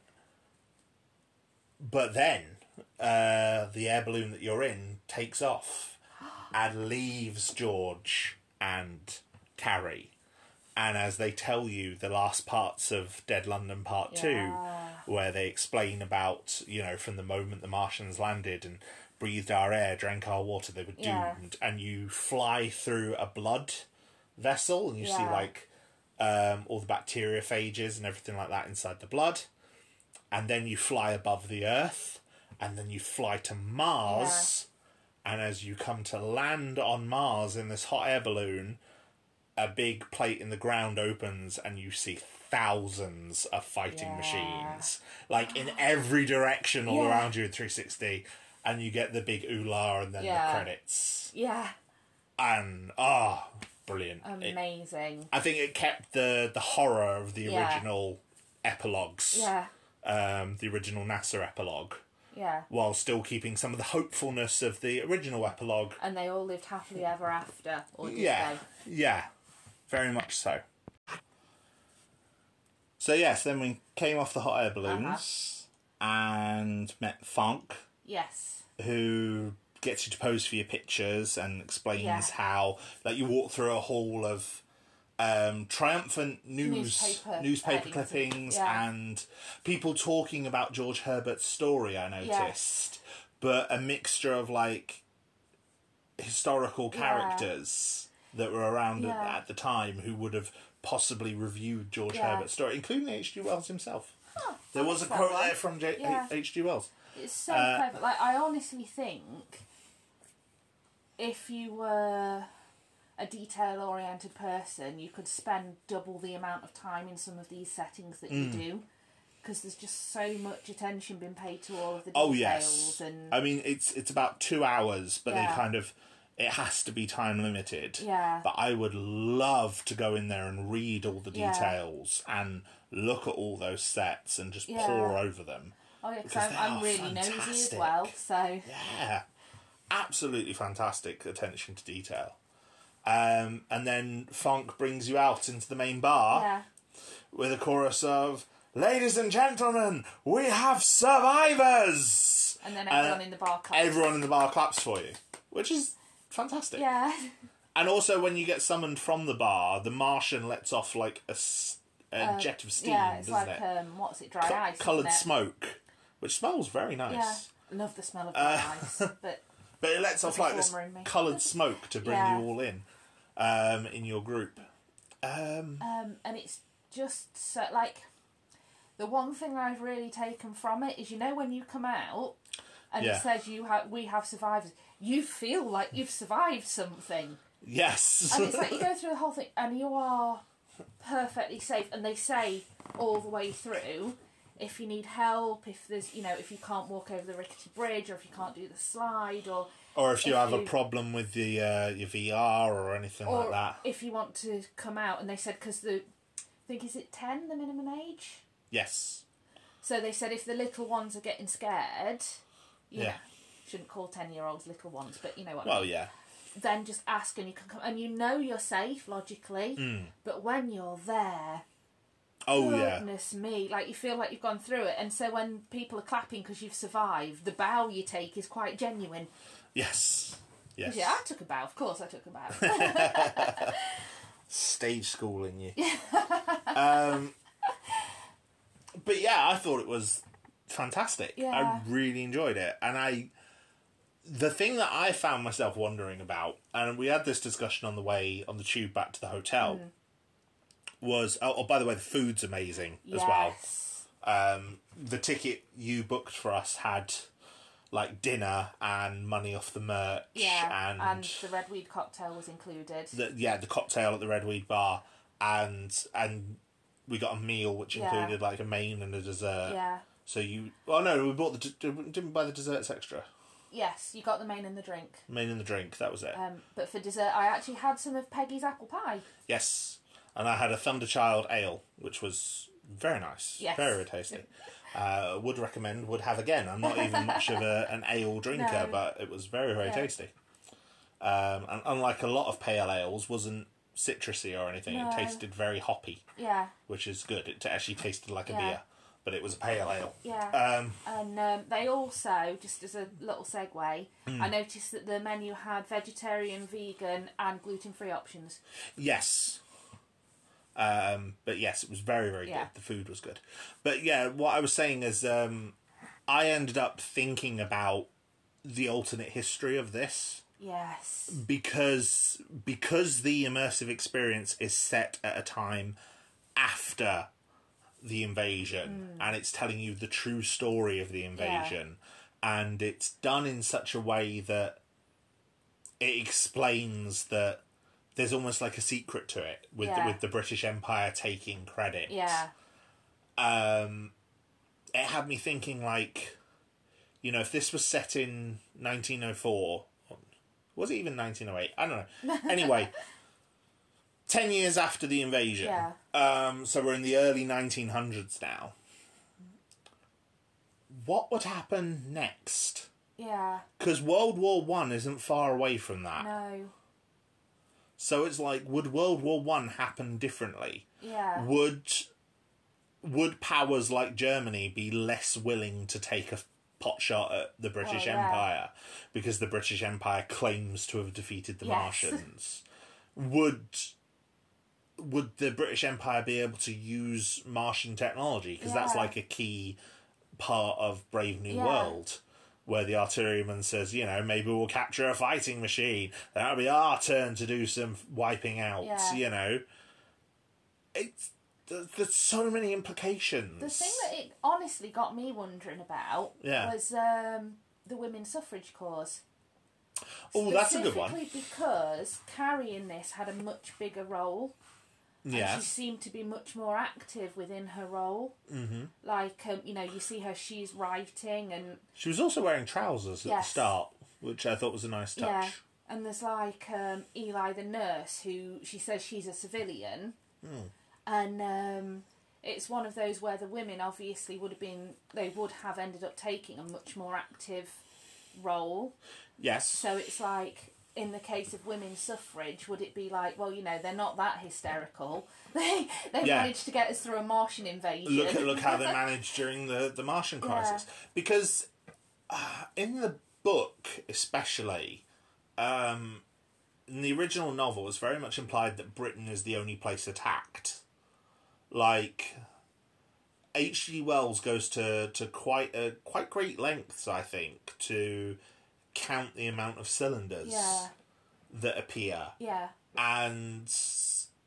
But then uh, the air balloon that you're in takes off and leaves George and Carrie. And as they tell you the last parts of Dead London Part Yeah. Two, where they explain about, you know, from the moment the Martians landed and breathed our air, drank our water, they were doomed. Yeah. And you fly through a blood vessel and you see Yeah. like um, all the bacteriophages and everything like that inside the blood and then you fly above the earth and then you fly to mars and as you come to land on mars in this hot air balloon a big plate in the ground opens and you see thousands of fighting Yeah. machines like in every direction all Yeah. around you in 360 and you get the big oolah and then Yeah. the credits Yeah. and ah brilliant It- Amazing. I think it kept the the horror of the Yeah. original epilogues, Yeah. um, the original NASA epilogue, Yeah. while still keeping some of the hopefulness of the original epilogue. And they all lived happily ever after, or did Yeah, they? yeah, very much so. So yes, then we came off the hot air balloons Uh-huh. and met Funk, Yes. who gets you to pose for your pictures and explains Yeah. how like you walk through a hall of um, triumphant news Newspaper newspaper headings. clippings Yeah. and people talking about George Herbert's story. I noticed, but a mixture of like historical characters that were around Yeah. at, at the time who would have possibly reviewed George Yeah. Herbert's story, including H. G. Wells himself. Huh, There was a Oh, that's that quote one. there from J- Yeah. H. G. Wells. It's so Uh, clever. Like I honestly think if you were a detail oriented person, you could spend double the amount of time in some of these settings that Hmm. you do because there's just so much attention being paid to all of the details Oh yes. and I mean it's it's about two hours, but Yeah. they kind of it has to be time limited. Yeah. But I would love to go in there and read all the Yeah. details and look at all those sets and just Yeah. pore over them. oh yeah, 'cause because I'm, they I'm are really nosy as fantastic. well. So Yeah. absolutely fantastic attention to detail. Um, and then Funk brings you out into the main bar Yeah. with a chorus of "Ladies and gentlemen, we have survivors." And then everyone in the bar claps. Uh, Everyone in the bar claps for you, which is fantastic. Yeah. And also, when you get summoned from the bar, the Martian lets off like a, s- a jet of steam, Um, yeah, it's doesn't like it? um what's it, dry Co- ice. isn't coloured it? smoke, which smells very nice. Yeah. Love the smell of dry Uh, ice. But But it lets off like this warmer in me. coloured smoke to bring Yeah. you all in, um, in your group. um and it's just so like the one thing I've really taken from it is you know when you come out and Yeah. it says you have we have survivors, you feel like you've survived something. Yes. and it's like you go through the whole thing and you are perfectly safe and they say all the way through if you need help if there's you know if you can't walk over the rickety bridge or if you can't do the slide or or if you if have a you- problem with the uh, your VR or anything or like that. if you want to come out and they said because the i think is it 10 the minimum age Yes. so they said if the little ones are getting scared you Yeah. know, shouldn't call 10 year olds little ones but you know what I Well, mean. yeah. then just ask and you can come and you know you're safe logically but when you're there Hmm. Oh, yeah. Goodness me! Like you feel like you've gone through it, and so when people are clapping because you've survived, the bow you take is quite genuine. Yes. Yes. Yeah, I took a bow. Of course, I took a bow. Stage schooling you. um, but yeah, I thought it was fantastic. Yeah. I really enjoyed it, and I. The thing that I found myself wondering about, and we had this discussion on the way on the tube back to the hotel, Mm. was oh, oh, by the way, the food's amazing as well. Yes. um, the ticket you booked for us had like dinner and money off the merch Yeah, and, and, the red weed cocktail was included. the, yeah the cocktail at the Red Weed Bar and and we got a meal which Yeah. included like a main and a dessert. yeah. So you oh no we bought the d- d- didn't we buy the desserts extra Yes, you got the main and the drink. main and the drink that was it Um, but for dessert, I actually had some of Peggy's apple pie. yes and I had a Thunderchild ale which was very nice Yes. very tasty. Uh, would recommend, would have again. I'm not even much of a, an ale drinker, No. but it was very, very Yeah. tasty. Um, and unlike a lot of pale ales, wasn't citrusy or anything. No. It tasted very hoppy, Yeah, which is good. It actually tasted like a Yeah. beer, but it was a pale ale. yeah. Um, And um, they also, just as a little segue, Hmm. I noticed that the menu had vegetarian, vegan, and gluten free options. yes. Um, but yes, it was very, very Yeah. good. The food was good. But yeah, what I was saying is um, I ended up thinking about the alternate history of this. Yes. Mm. because because the immersive experience is set at a time after the invasion Mm. and it's telling you the true story of the invasion and it's done in such a way that it explains that there's almost like a secret to it with the, Yeah. with the British Empire taking credit Yeah. um, it had me thinking like, you know, if this was set in 1904, was it even 1908? I don't know. Anyway, 10 years after the invasion. Yeah. Um, so we're in the early 1900s now. What would happen next? Yeah. Because World War One isn't far away from that. No. So it's like, would World War One happen differently? Yeah. would would powers like Germany be less willing to take a pot shot at the British Oh, yeah. Empire because the British Empire claims to have defeated the Yes. Martians? Would would the British Empire be able to use Martian technology because that's Yeah. like a key part of Brave New Yeah. World? Where the artilleryman says, you know, maybe we'll capture a fighting machine. That'll be our turn to do some wiping out. Yeah. You know, it's there- there's so many implications. The thing that it honestly got me wondering about Yeah. was um, the women's suffrage cause. oh, that's a good one. Specifically because Carrie in this had a much bigger role. Yeah, She seemed to be much more active within her role. Mm-hmm. Like, um, you know, you see her, she's writing and, she was also wearing trousers at Yes. the start, which I thought was a nice touch. yeah. And there's like um, Eli the nurse who she says she's a civilian. Hmm. And um, it's one of those where the women obviously would have been, they would have ended up taking a much more active role. Yes. So it's like, in the case of women's suffrage, would it be like, well, you know, they're not that hysterical. They they Yeah. managed to get us through a Martian invasion. Look at look how they managed during the the Martian crisis because uh, in the book especially um, in the original novel it's very much implied that Britain is the only place attacked. Like H.G. Wells goes to to quite a quite great lengths I think to count the amount of cylinders Yeah. that appear yeah, and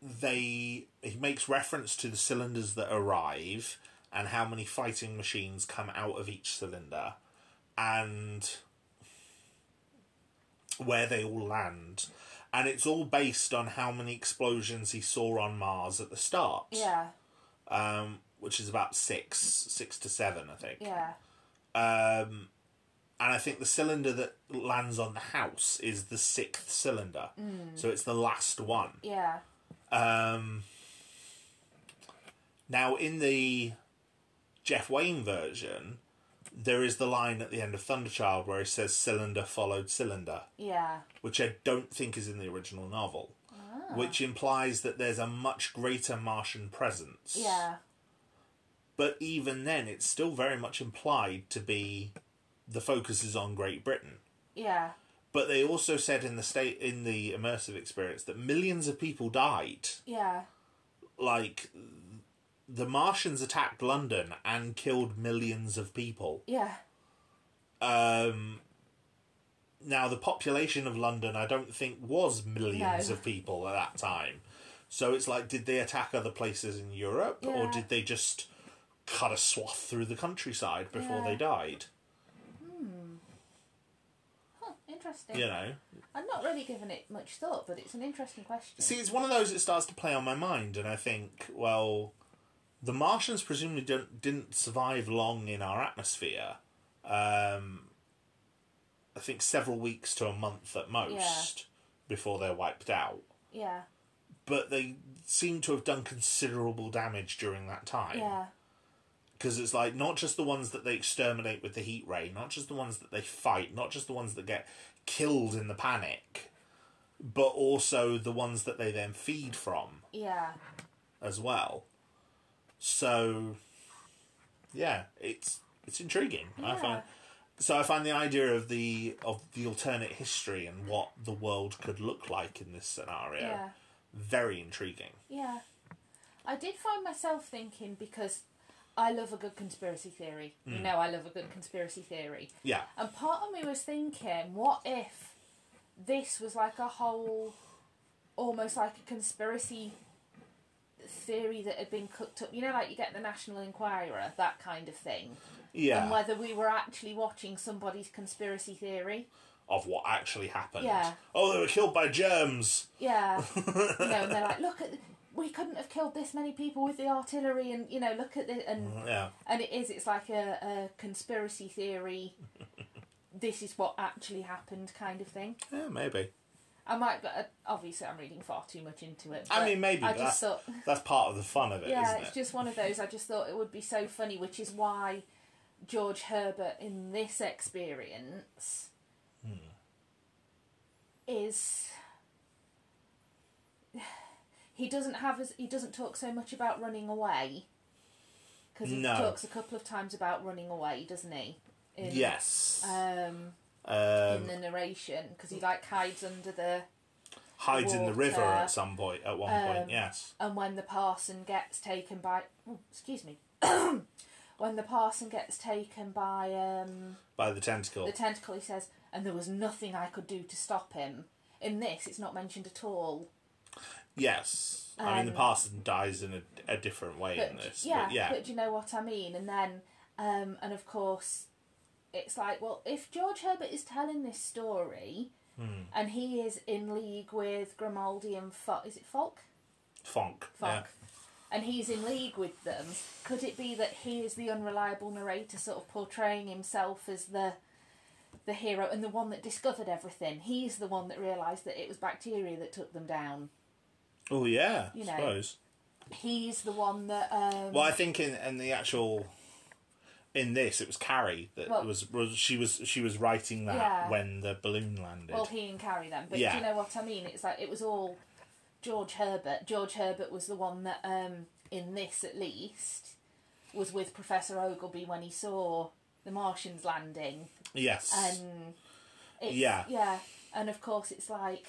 they he makes reference to the cylinders that arrive and how many fighting machines come out of each cylinder and where they all land and it's all based on how many explosions he saw on Mars at the start yeah, um which is about 6 6 to 7 I think yeah, um, and I think the cylinder that lands on the house is the sixth cylinder. Mm. So it's the last one. yeah, Um, now, in the Jeff Wayne version, there is the line at the end of Thunderchild where he says cylinder followed cylinder, yeah, which I don't think is in the original novel, which implies that there's a much greater Martian presence yeah, but even then it's still very much implied to be the focus is on Great Britain. yeah, But they also said in the state in the immersive experience that millions of people died. yeah, Like the Martians attacked London and killed millions of people. yeah, Um now the population of London I don't think was millions No. of people at that time. So it's like did they attack other places in Europe or Yeah. did they just cut a swath through the countryside before Yeah. they died? Huh, interesting. you know I've not really given it much thought, but it's an interesting question. see it's one of those that starts to play on my mind and i think well the martians presumably don't, didn't survive long in our atmosphere um, i think several weeks to a month at most before they're wiped out yeah, but they seem to have done considerable damage during that time yeah, because it's like not just the ones that they exterminate with the heat ray, not just the ones that they fight, not just the ones that get killed in the panic, but also the ones that they then feed from yeah, as well. So, yeah, it's it's intriguing. I Yeah. find so I find the idea of the of the alternate history and what the world could look like in this scenario yeah. very intriguing. Yeah. I did find myself thinking because I love a good conspiracy theory. You Mm. know, I love a good conspiracy theory. Yeah, And part of me was thinking, what if this was like a whole, almost like a conspiracy theory that had been cooked up? You know, like you get the National Enquirer, that kind of thing. yeah. And whether we were actually watching somebody's conspiracy theory. of what actually happened. Yeah. Oh, they were killed by germs. Yeah. you know, and they're like, look at. We couldn't have killed this many people with the artillery, and you know, look at this, and Yeah. And it is, it's like a, a conspiracy theory, this is what actually happened kind of thing. Yeah, maybe. I might, but uh, obviously I'm reading far too much into it. I but mean, maybe. I but that's, just thought, that's part of the fun of it, yeah, not it's it? just one of those. I just thought it would be so funny, which is why George Herbert in this experience is. He doesn't have as he doesn't talk so much about running away because he No. talks a couple of times about running away, doesn't he? In, yes. Um, in um, the narration because he like hides under the hides in the river water, at some point. At one um, point, yes. and when the parson gets taken by oh, excuse me when the parson gets taken by um, By the tentacle. the tentacle he says and there was nothing i could do to stop him in this it's not mentioned at all yes. I mean, the um, parson dies in a, a different way but in this. yeah but yeah. but do you know what i mean and then um, and of course it's like well if george herbert is telling this story Hmm. and he is in league with grimaldi and Fo- is it falk Fonk. Funk. And he's in league with them. Could it be that he is the unreliable narrator, sort of portraying himself as the the hero and the one that discovered everything? He's the one that realised that it was bacteria that took them down. Yeah. Oh, yeah. You I know. suppose. He's the one that. Um, Well, I think in, in the actual in this it was Carrie that Well- was, was she was she was writing that Yeah. when the balloon landed. Well, he and Carrie then, but Yeah. do you know what I mean? It's like it was all George Herbert. George Herbert was the one that, um, in this at least, was with Professor Ogilby when he saw the Martians landing, yes. and it's, Yeah. yeah, and of course it's like.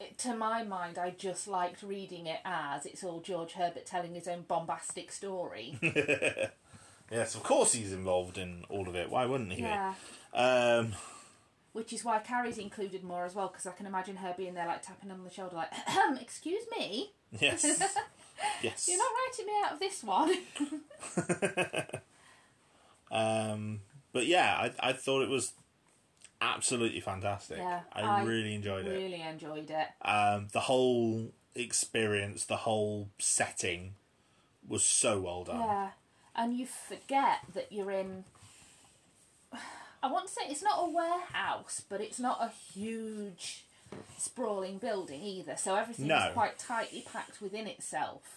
It, to my mind, I just liked reading it as it's all George Herbert telling his own bombastic story. yes, of course he's involved in all of it. Why wouldn't he? be? yeah. Um Which is why Carrie's included more as well, because I can imagine her being there, like tapping him on the shoulder, like, "Ahem, "Excuse me, yes. yes. you're not writing me out of this one." Um, but yeah, I, I thought it was absolutely fantastic. Yeah, I, I really enjoyed it. really enjoyed it. Um, the whole experience, the whole setting was so well done. Yeah, and you forget that you're in. I want to say it's not a warehouse, but it's not a huge, sprawling building either. So everything No. is quite tightly packed within itself.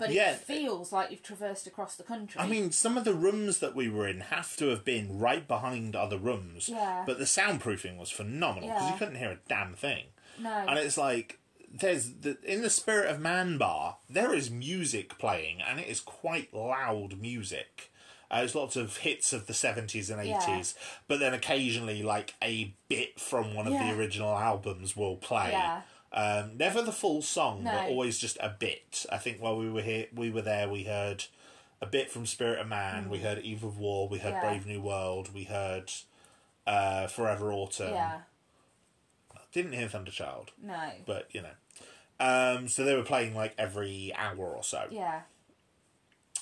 But Yeah. it feels like you've traversed across the country. I mean, some of the rooms that we were in have to have been right behind other rooms. Yeah. But the soundproofing was phenomenal because Yeah. you couldn't hear a damn thing. no, And it's like there's the, in the spirit of Man Bar, there is music playing, and it is quite loud music. Uh, there's lots of hits of the seventies and Yeah. eighties, but then occasionally, like a bit from one of Yeah. the original albums will play. Yeah. Um, never the full song, No. but always just a bit. I think while we were here, we were there. We heard a bit from Spirit of Man. We heard Eve of War. We heard Mm. Yeah. Brave New World. We heard uh, Forever Autumn. yeah, Didn't hear Thunder Child no, but you know. Um, so they were playing like every hour or so. yeah,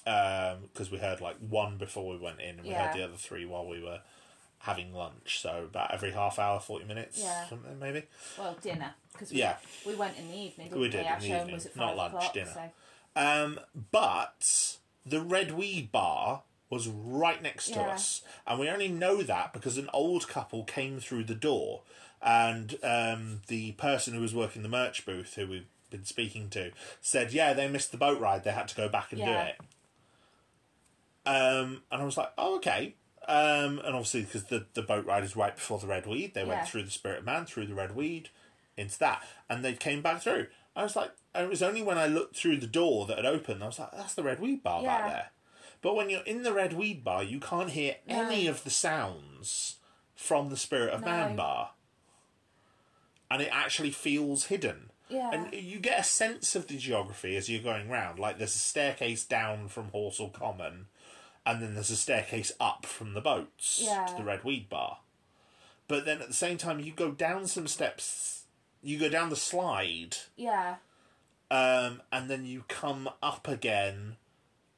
Because we heard like one before we went in, and we Yeah. heard the other three while we were having lunch. So about every half hour, forty minutes, Yeah. something maybe. well, dinner because we, Yeah. we went in the evening. Didn't We we did Our in the show evening, was at not five lunch, o'clock, dinner. So. Um, but the Red Weed Bar was right next to Yeah. us, and we only know that because an old couple came through the door, and um, the person who was working the merch booth, who we've been speaking to, said, "Yeah, they missed the boat ride. They had to go back and Yeah. do it." Um, and I was like, "Oh, okay." Um, and obviously, because the, the boat ride is right before the Red Weed, they Yeah. went through the Spirit of Man, through the Red Weed, into that, and they came back through. I was like, and it was only when I looked through the door that had opened, I was like, that's the Red Weed Bar back Yeah. there. But when you're in the Red Weed Bar, you can't hear any of the sounds from the Spirit of Man No. Bar. And it actually feels hidden. Yeah. And you get a sense of the geography as you're going round. Like there's a staircase down from Horsell Common, and then there's a staircase up from the boats Yeah. to the Red Weed Bar. But then at the same time, you go down some steps, you go down the slide, Yeah, um, and then you come up again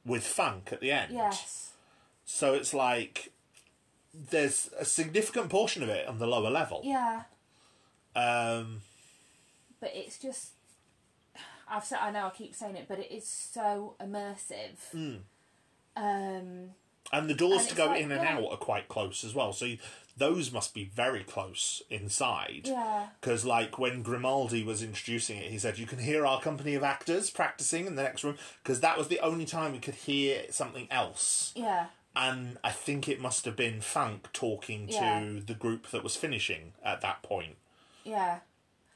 with funk at the end. yes, So it's like there's a significant portion of it on the lower level. yeah. Um, But it's just, I've said, I know I keep saying it, but it is so immersive. Um, and the doors And to it's go like, in and yeah. out are quite close as well. So you- those must be very close inside. yeah, Because, like, when Grimaldi was introducing it, he said, You can hear our company of actors practicing in the next room, because that was the only time we could hear something else. yeah, And I think it must have been Funk talking to Yeah. the group that was finishing at that point, yeah.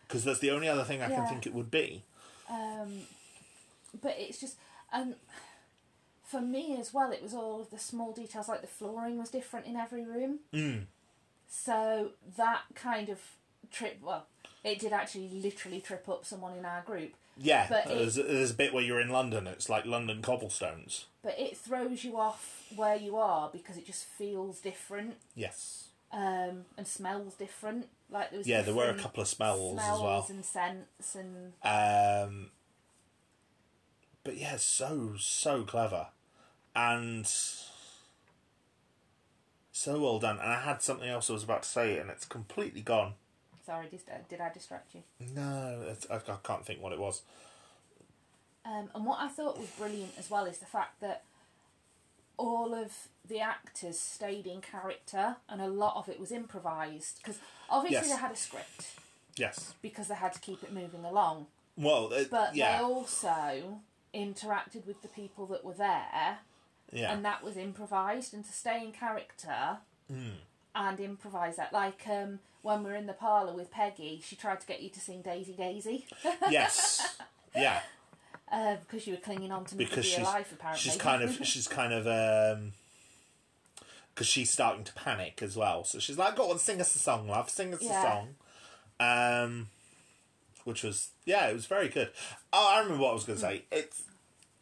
because that's the only other thing I can Yeah. think it would be. Um, but it's just, and for me as well, it was all of the small details, like the flooring was different in every room. So that kind of trip, well, it did actually literally trip up someone in our group. Yeah, But it- there's, there's a bit where you're in London, it's like London cobblestones. But it throws you off where you are because it just feels different Yes. um, and smells different. Like there was Yeah, there were a different couple of smells, smells as well. and scents and Um, but yeah, so so clever, and so well done. And I had something else I was about to say, and it's completely gone. sorry, did, did I distract you? No, it's, I, I can't think what it was. Um, and what I thought was brilliant as well is the fact that all of the actors stayed in character and a lot of it was improvised because obviously Yes. they had a script Yes. because they had to keep it moving along. Well, it, But yeah, they also interacted with the people that were there Yeah. and that was improvised and to stay in character Hmm. and improvise that like um when we were in the parlor with peggy she tried to get you to sing daisy daisy yes. Yeah. uh, because you were clinging on to me Because for she's dear life apparently she's kind of she's kind of um because she's starting to panic as well. So she's like, "Go on, sing us a song, love. Sing us Yeah. a song." Um, which was yeah, it was very good. Oh, I remember what I was going to say. Mm. It's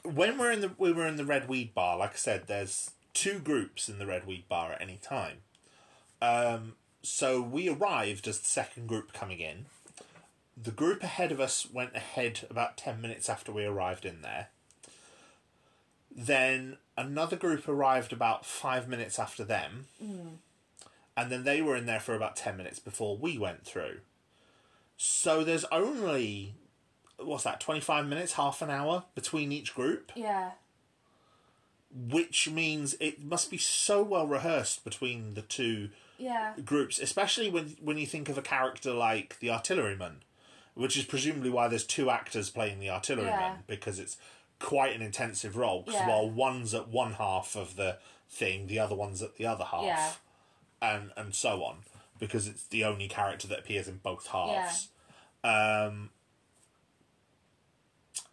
when we're in the we were in the Red Weed Bar. Like I said, there's two groups in the Red Weed Bar at any time. Um, so we arrived as the second group coming in. The group ahead of us went ahead about ten minutes after we arrived in there. Then another group arrived about five minutes after them. And then they were in there for about 10 minutes before we went through. So there's only, what's that, 25 minutes, half an hour between each group, yeah which means it must be so well rehearsed between the two yeah groups, especially when, when you think of a character like the artilleryman, which is presumably why there's two actors playing the artilleryman, Yeah. because it's quite an intensive role. 'cause Yeah. while one's at one half of the thing, the other one's at the other half, Yeah. and, and so on, because it's the only character that appears in both halves.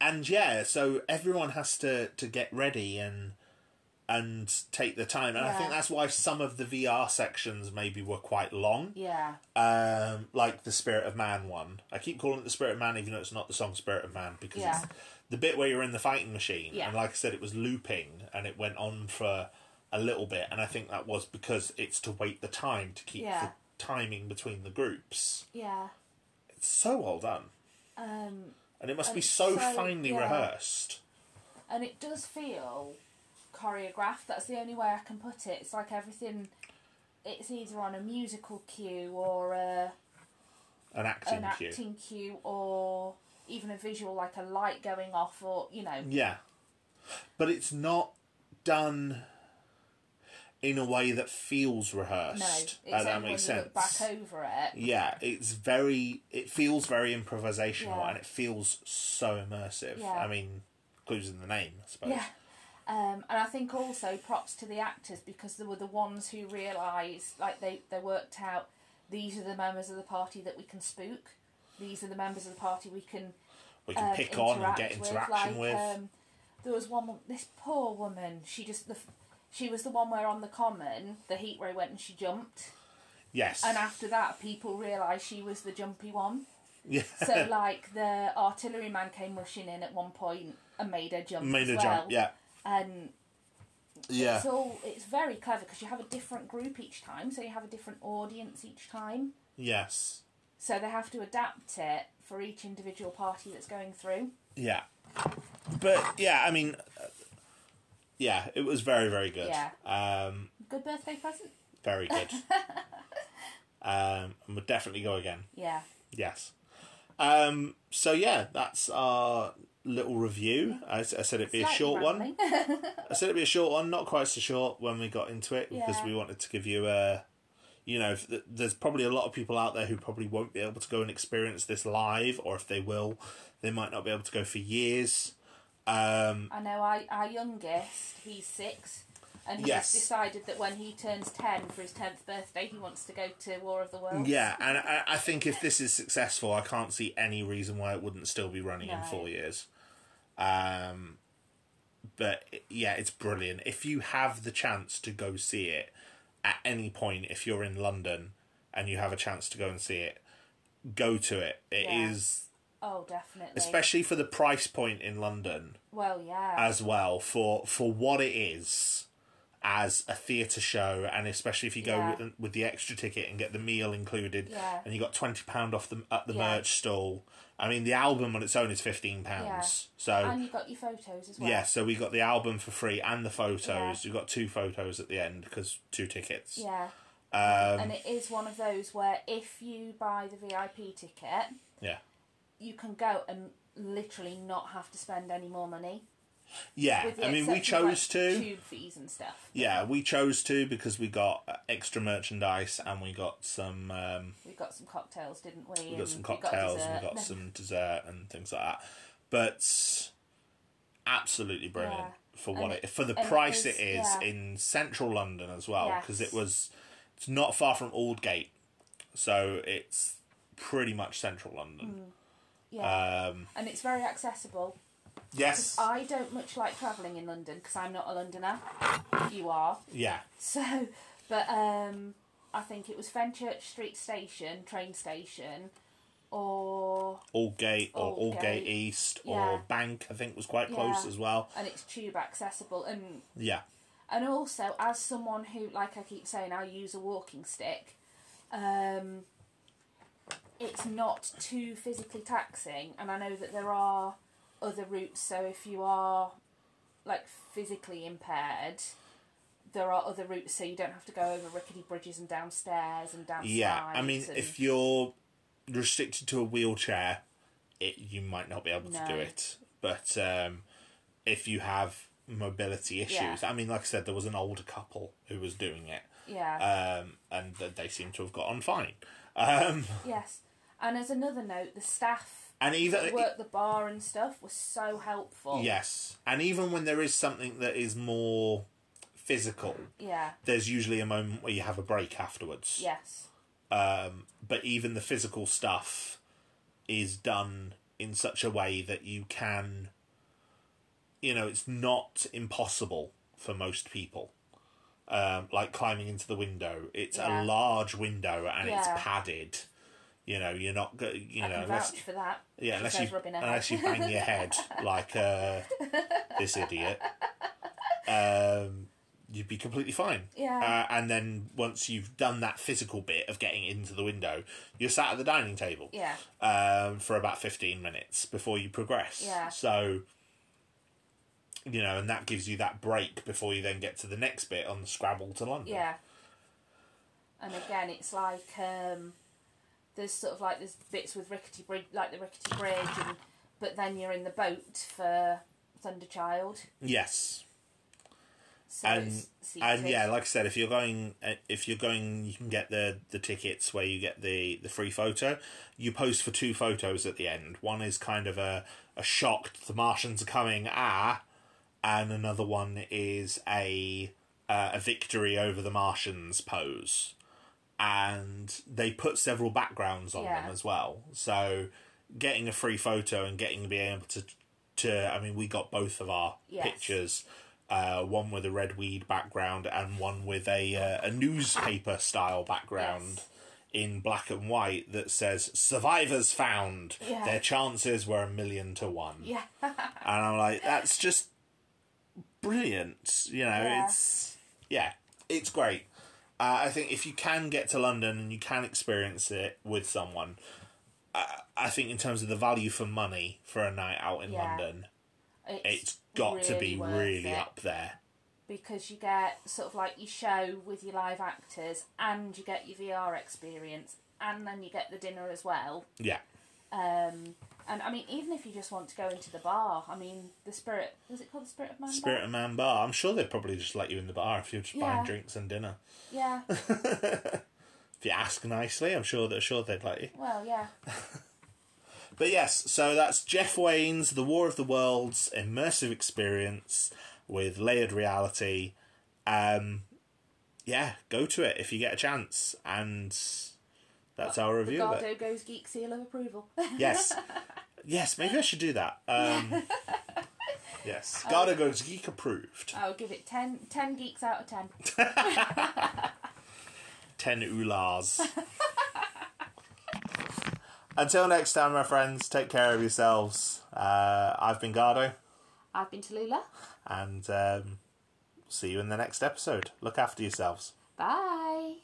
Um, and yeah, so everyone has to, to get ready and and take the time. And I think Yeah. that's why some of the VR sections maybe were quite long. yeah Um, like the Spirit of Man one. I keep calling it the Spirit of Man, even though it's not the song Spirit of Man, because Yeah. it's the bit where you're in the fighting machine. Yeah. And like I said, it was looping and it went on for a little bit. And I think that was because it's to wait the time to keep Yeah. the timing between the groups. yeah It's so well done. um And it must And be it's so, so- finely yeah. rehearsed. and it does feel choreographed. That's the only way I can put it. It's like everything. It's either on a musical cue or a, An acting an cue. acting cue or even a visual like a light going off or you know Yeah. But it's not done in a way that feels no. rehearsed. It's Uh, only that when makes you sense. look back over it. Yeah, it's very it feels very improvisational Yeah. and it feels so immersive. Yeah. I mean, clues in the name, I suppose. Yeah. Um, and I think also props to the actors because they were the ones who realised, like they, they worked out, these are the members of the party that we can spook. These are the members of the party we can We can um, pick on and get interact interaction with. like, Um, there was one, wo- this poor woman. She just the, f- she was the one where on the common, the heat ray went and she jumped, yes. and after that, people realised she was the jumpy one. yeah. So like the artillery man came rushing in at one point and made her jump. Made as a well. jump, yeah. And Yeah. it's all it's very clever because you have a different group each time, so you have a different audience each time. yes. So they have to adapt it for each individual party that's going through. Yeah. But yeah, I mean uh, yeah, it was very very good. Yeah. Um Good birthday present. very good. um and would definitely go again. Yeah. Yes. Um, so yeah, that's our little review. I, s- I said it'd be a Slightly short one. rambling. I said it'd be a short one, not quite so short when we got into it because Yeah. we wanted to give you a, you know, if th- there's probably a lot of people out there who probably won't be able to go and experience this live, or if they will, they might not be able to go for years. Um, I know I, our youngest, he's six, and he's Yes. decided that when he turns 10 for his 10th birthday, he wants to go to War of the Worlds. yeah, and I, I think if this is successful, I can't see any reason why it wouldn't still be running in No. four years. Um, but yeah, it's brilliant. If you have the chance to go see it at any point, if you're in London and you have a chance to go and see it, go to it. It is, Yeah. Oh, definitely. especially for the price point in London well, yeah. as well for for what it is as a theatre show and especially if you go Yeah. with, with the extra ticket and get the meal included Yeah. and you got 20 pound off the at the Yeah. merch stall i mean the album on its own is 15 pounds so and you got your photos as well. yeah so we got the album for free and the photos Yeah. we got two photos at the end because two tickets Yeah. um and it is one of those where if you buy the VIP ticket, yeah you can go and literally not have to spend any more money. yeah with the i mean we exception of, chose like, to Tube fees and stuff. yeah we chose to because we got uh, extra merchandise and we got some um We got some cocktails, didn't we? we got some And cocktails and we dessert. got some dessert and things like that. But absolutely brilliant. Yeah. for what And- it for the and it price was- it is yeah. in central London as well because Yes. it was it's not far from Aldgate, so it's pretty much central London. Yeah. Um, and it's very accessible. yes, I don't much like travelling in London because I'm not a Londoner. You are. yeah, So, but um, I think it was Fenchurch Street Station, train station, or Aldgate or Aldgate, Aldgate. East Yeah. or Bank. I think was quite close Yeah. as well. and it's tube accessible. And Yeah, and also as someone who, like I keep saying, I use a walking stick. Um, it's not too physically taxing, and I know that there are other routes. So if you are like physically impaired. There are other routes, so you don't have to go over rickety bridges and downstairs and down yeah. I mean, slides and... if you're restricted to a wheelchair, it you might not be able to do No. it. But um, if you have mobility issues, I mean, like I said, there was an older couple who was doing it, yeah, um, and th- they seem to have got on fine. Um, Yes. And as another note, the staff and even that worked the bar and stuff were so helpful. yes, and even when there is something that is more physical, Yeah. there's usually a moment where you have a break afterwards. Yes. um, but even the physical stuff is done in such a way that you can you know it's not impossible for most people um, like climbing into the window it's Yeah. a large window and it's Yeah. padded you know you're not go- you I know can unless vouch for that. yeah unless says you rubbing her unless you head. bang your head like uh, this idiot um, you'd be completely fine Yeah. uh, and then once you've done that physical bit of getting into the window, you're sat at the dining table yeah. um, for about 15 minutes before you progress. Yeah. So, you know, and that gives you that break before you then get to the next bit on the Scrabble to London. Yeah. And again, it's like um, there's sort of like there's bits with rickety bridge, like the rickety bridge, and, but then you're in the boat for Thunderchild. Yes. So And- it's seated. And yeah, like I said, if you're going, uh, if you're going, you can get the the tickets where you get the the free photo. You post for two photos at the end. One is kind of a a shocked the Martians are coming ah, and another one is a uh, a victory over the Martians pose. And they put several backgrounds on Yeah. them as well. So getting a free photo and getting being able to to I mean we got both of our Yes. pictures. Uh, one with a red weed background and one with a uh, a newspaper style background Yes. in black and white that says "Survivors found. Yeah. Their chances were a million to one." yeah, And I'm like, that's just brilliant. You know, Yeah. it's yeah, it's great. Uh, I think if you can get to London and you can experience it with someone, uh, I, I think in terms of the value for money for a night out in Yeah. London, it's got to be worth really it. up there. because you get sort of like your show with your live actors and you get your VR experience and then you get the dinner as well. Yeah, Um, and I mean, even if you just want to go into the bar, I mean, the spirit was it called the Spirit of Man? Spirit Bar? of Man Bar. I'm sure they'd probably just let you in the bar if you're just Yeah. buying drinks and dinner. Yeah. If you ask nicely, I'm sure that sure they'd let you. Well, yeah. But yes, so that's Jeff Wayne's The War of the Worlds immersive experience with layered reality. Um, yeah, go to it if you get a chance, and that's our The review of it. Gardo goes geek seal of approval. Yes, yes, maybe I should do that. Um, yes, Garda goes geek approved. I'll give it 10, 10 geeks out of ten. Ten oolahs. Until next time, my friends, take care of yourselves. Uh, I've been Gardo. I've been Tallulah. and um, see you in the next episode. Look after yourselves. Bye.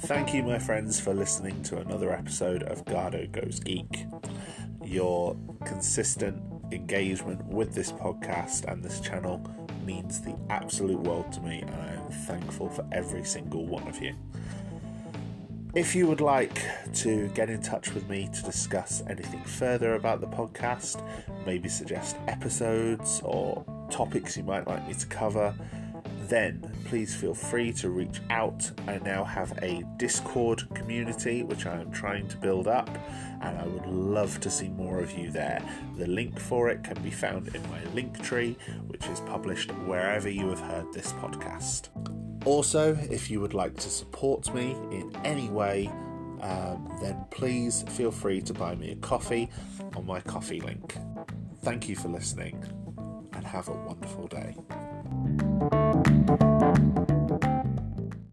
Thank you, my friends, for listening to another episode of Gardo Goes Geek. Your consistent engagement with this podcast and this channel means the absolute world to me, and I am thankful for every single one of you. If you would like to get in touch with me to discuss anything further about the podcast, maybe suggest episodes or topics you might like me to cover, then please feel free to reach out. I now have a Discord community which I am trying to build up, and I would love to see more of you there. The link for it can be found in my link tree, which is published wherever you have heard this podcast. Also, if you would like to support me in any way, um, then please feel free to buy me a coffee on my coffee link. Thank you for listening and have a wonderful day.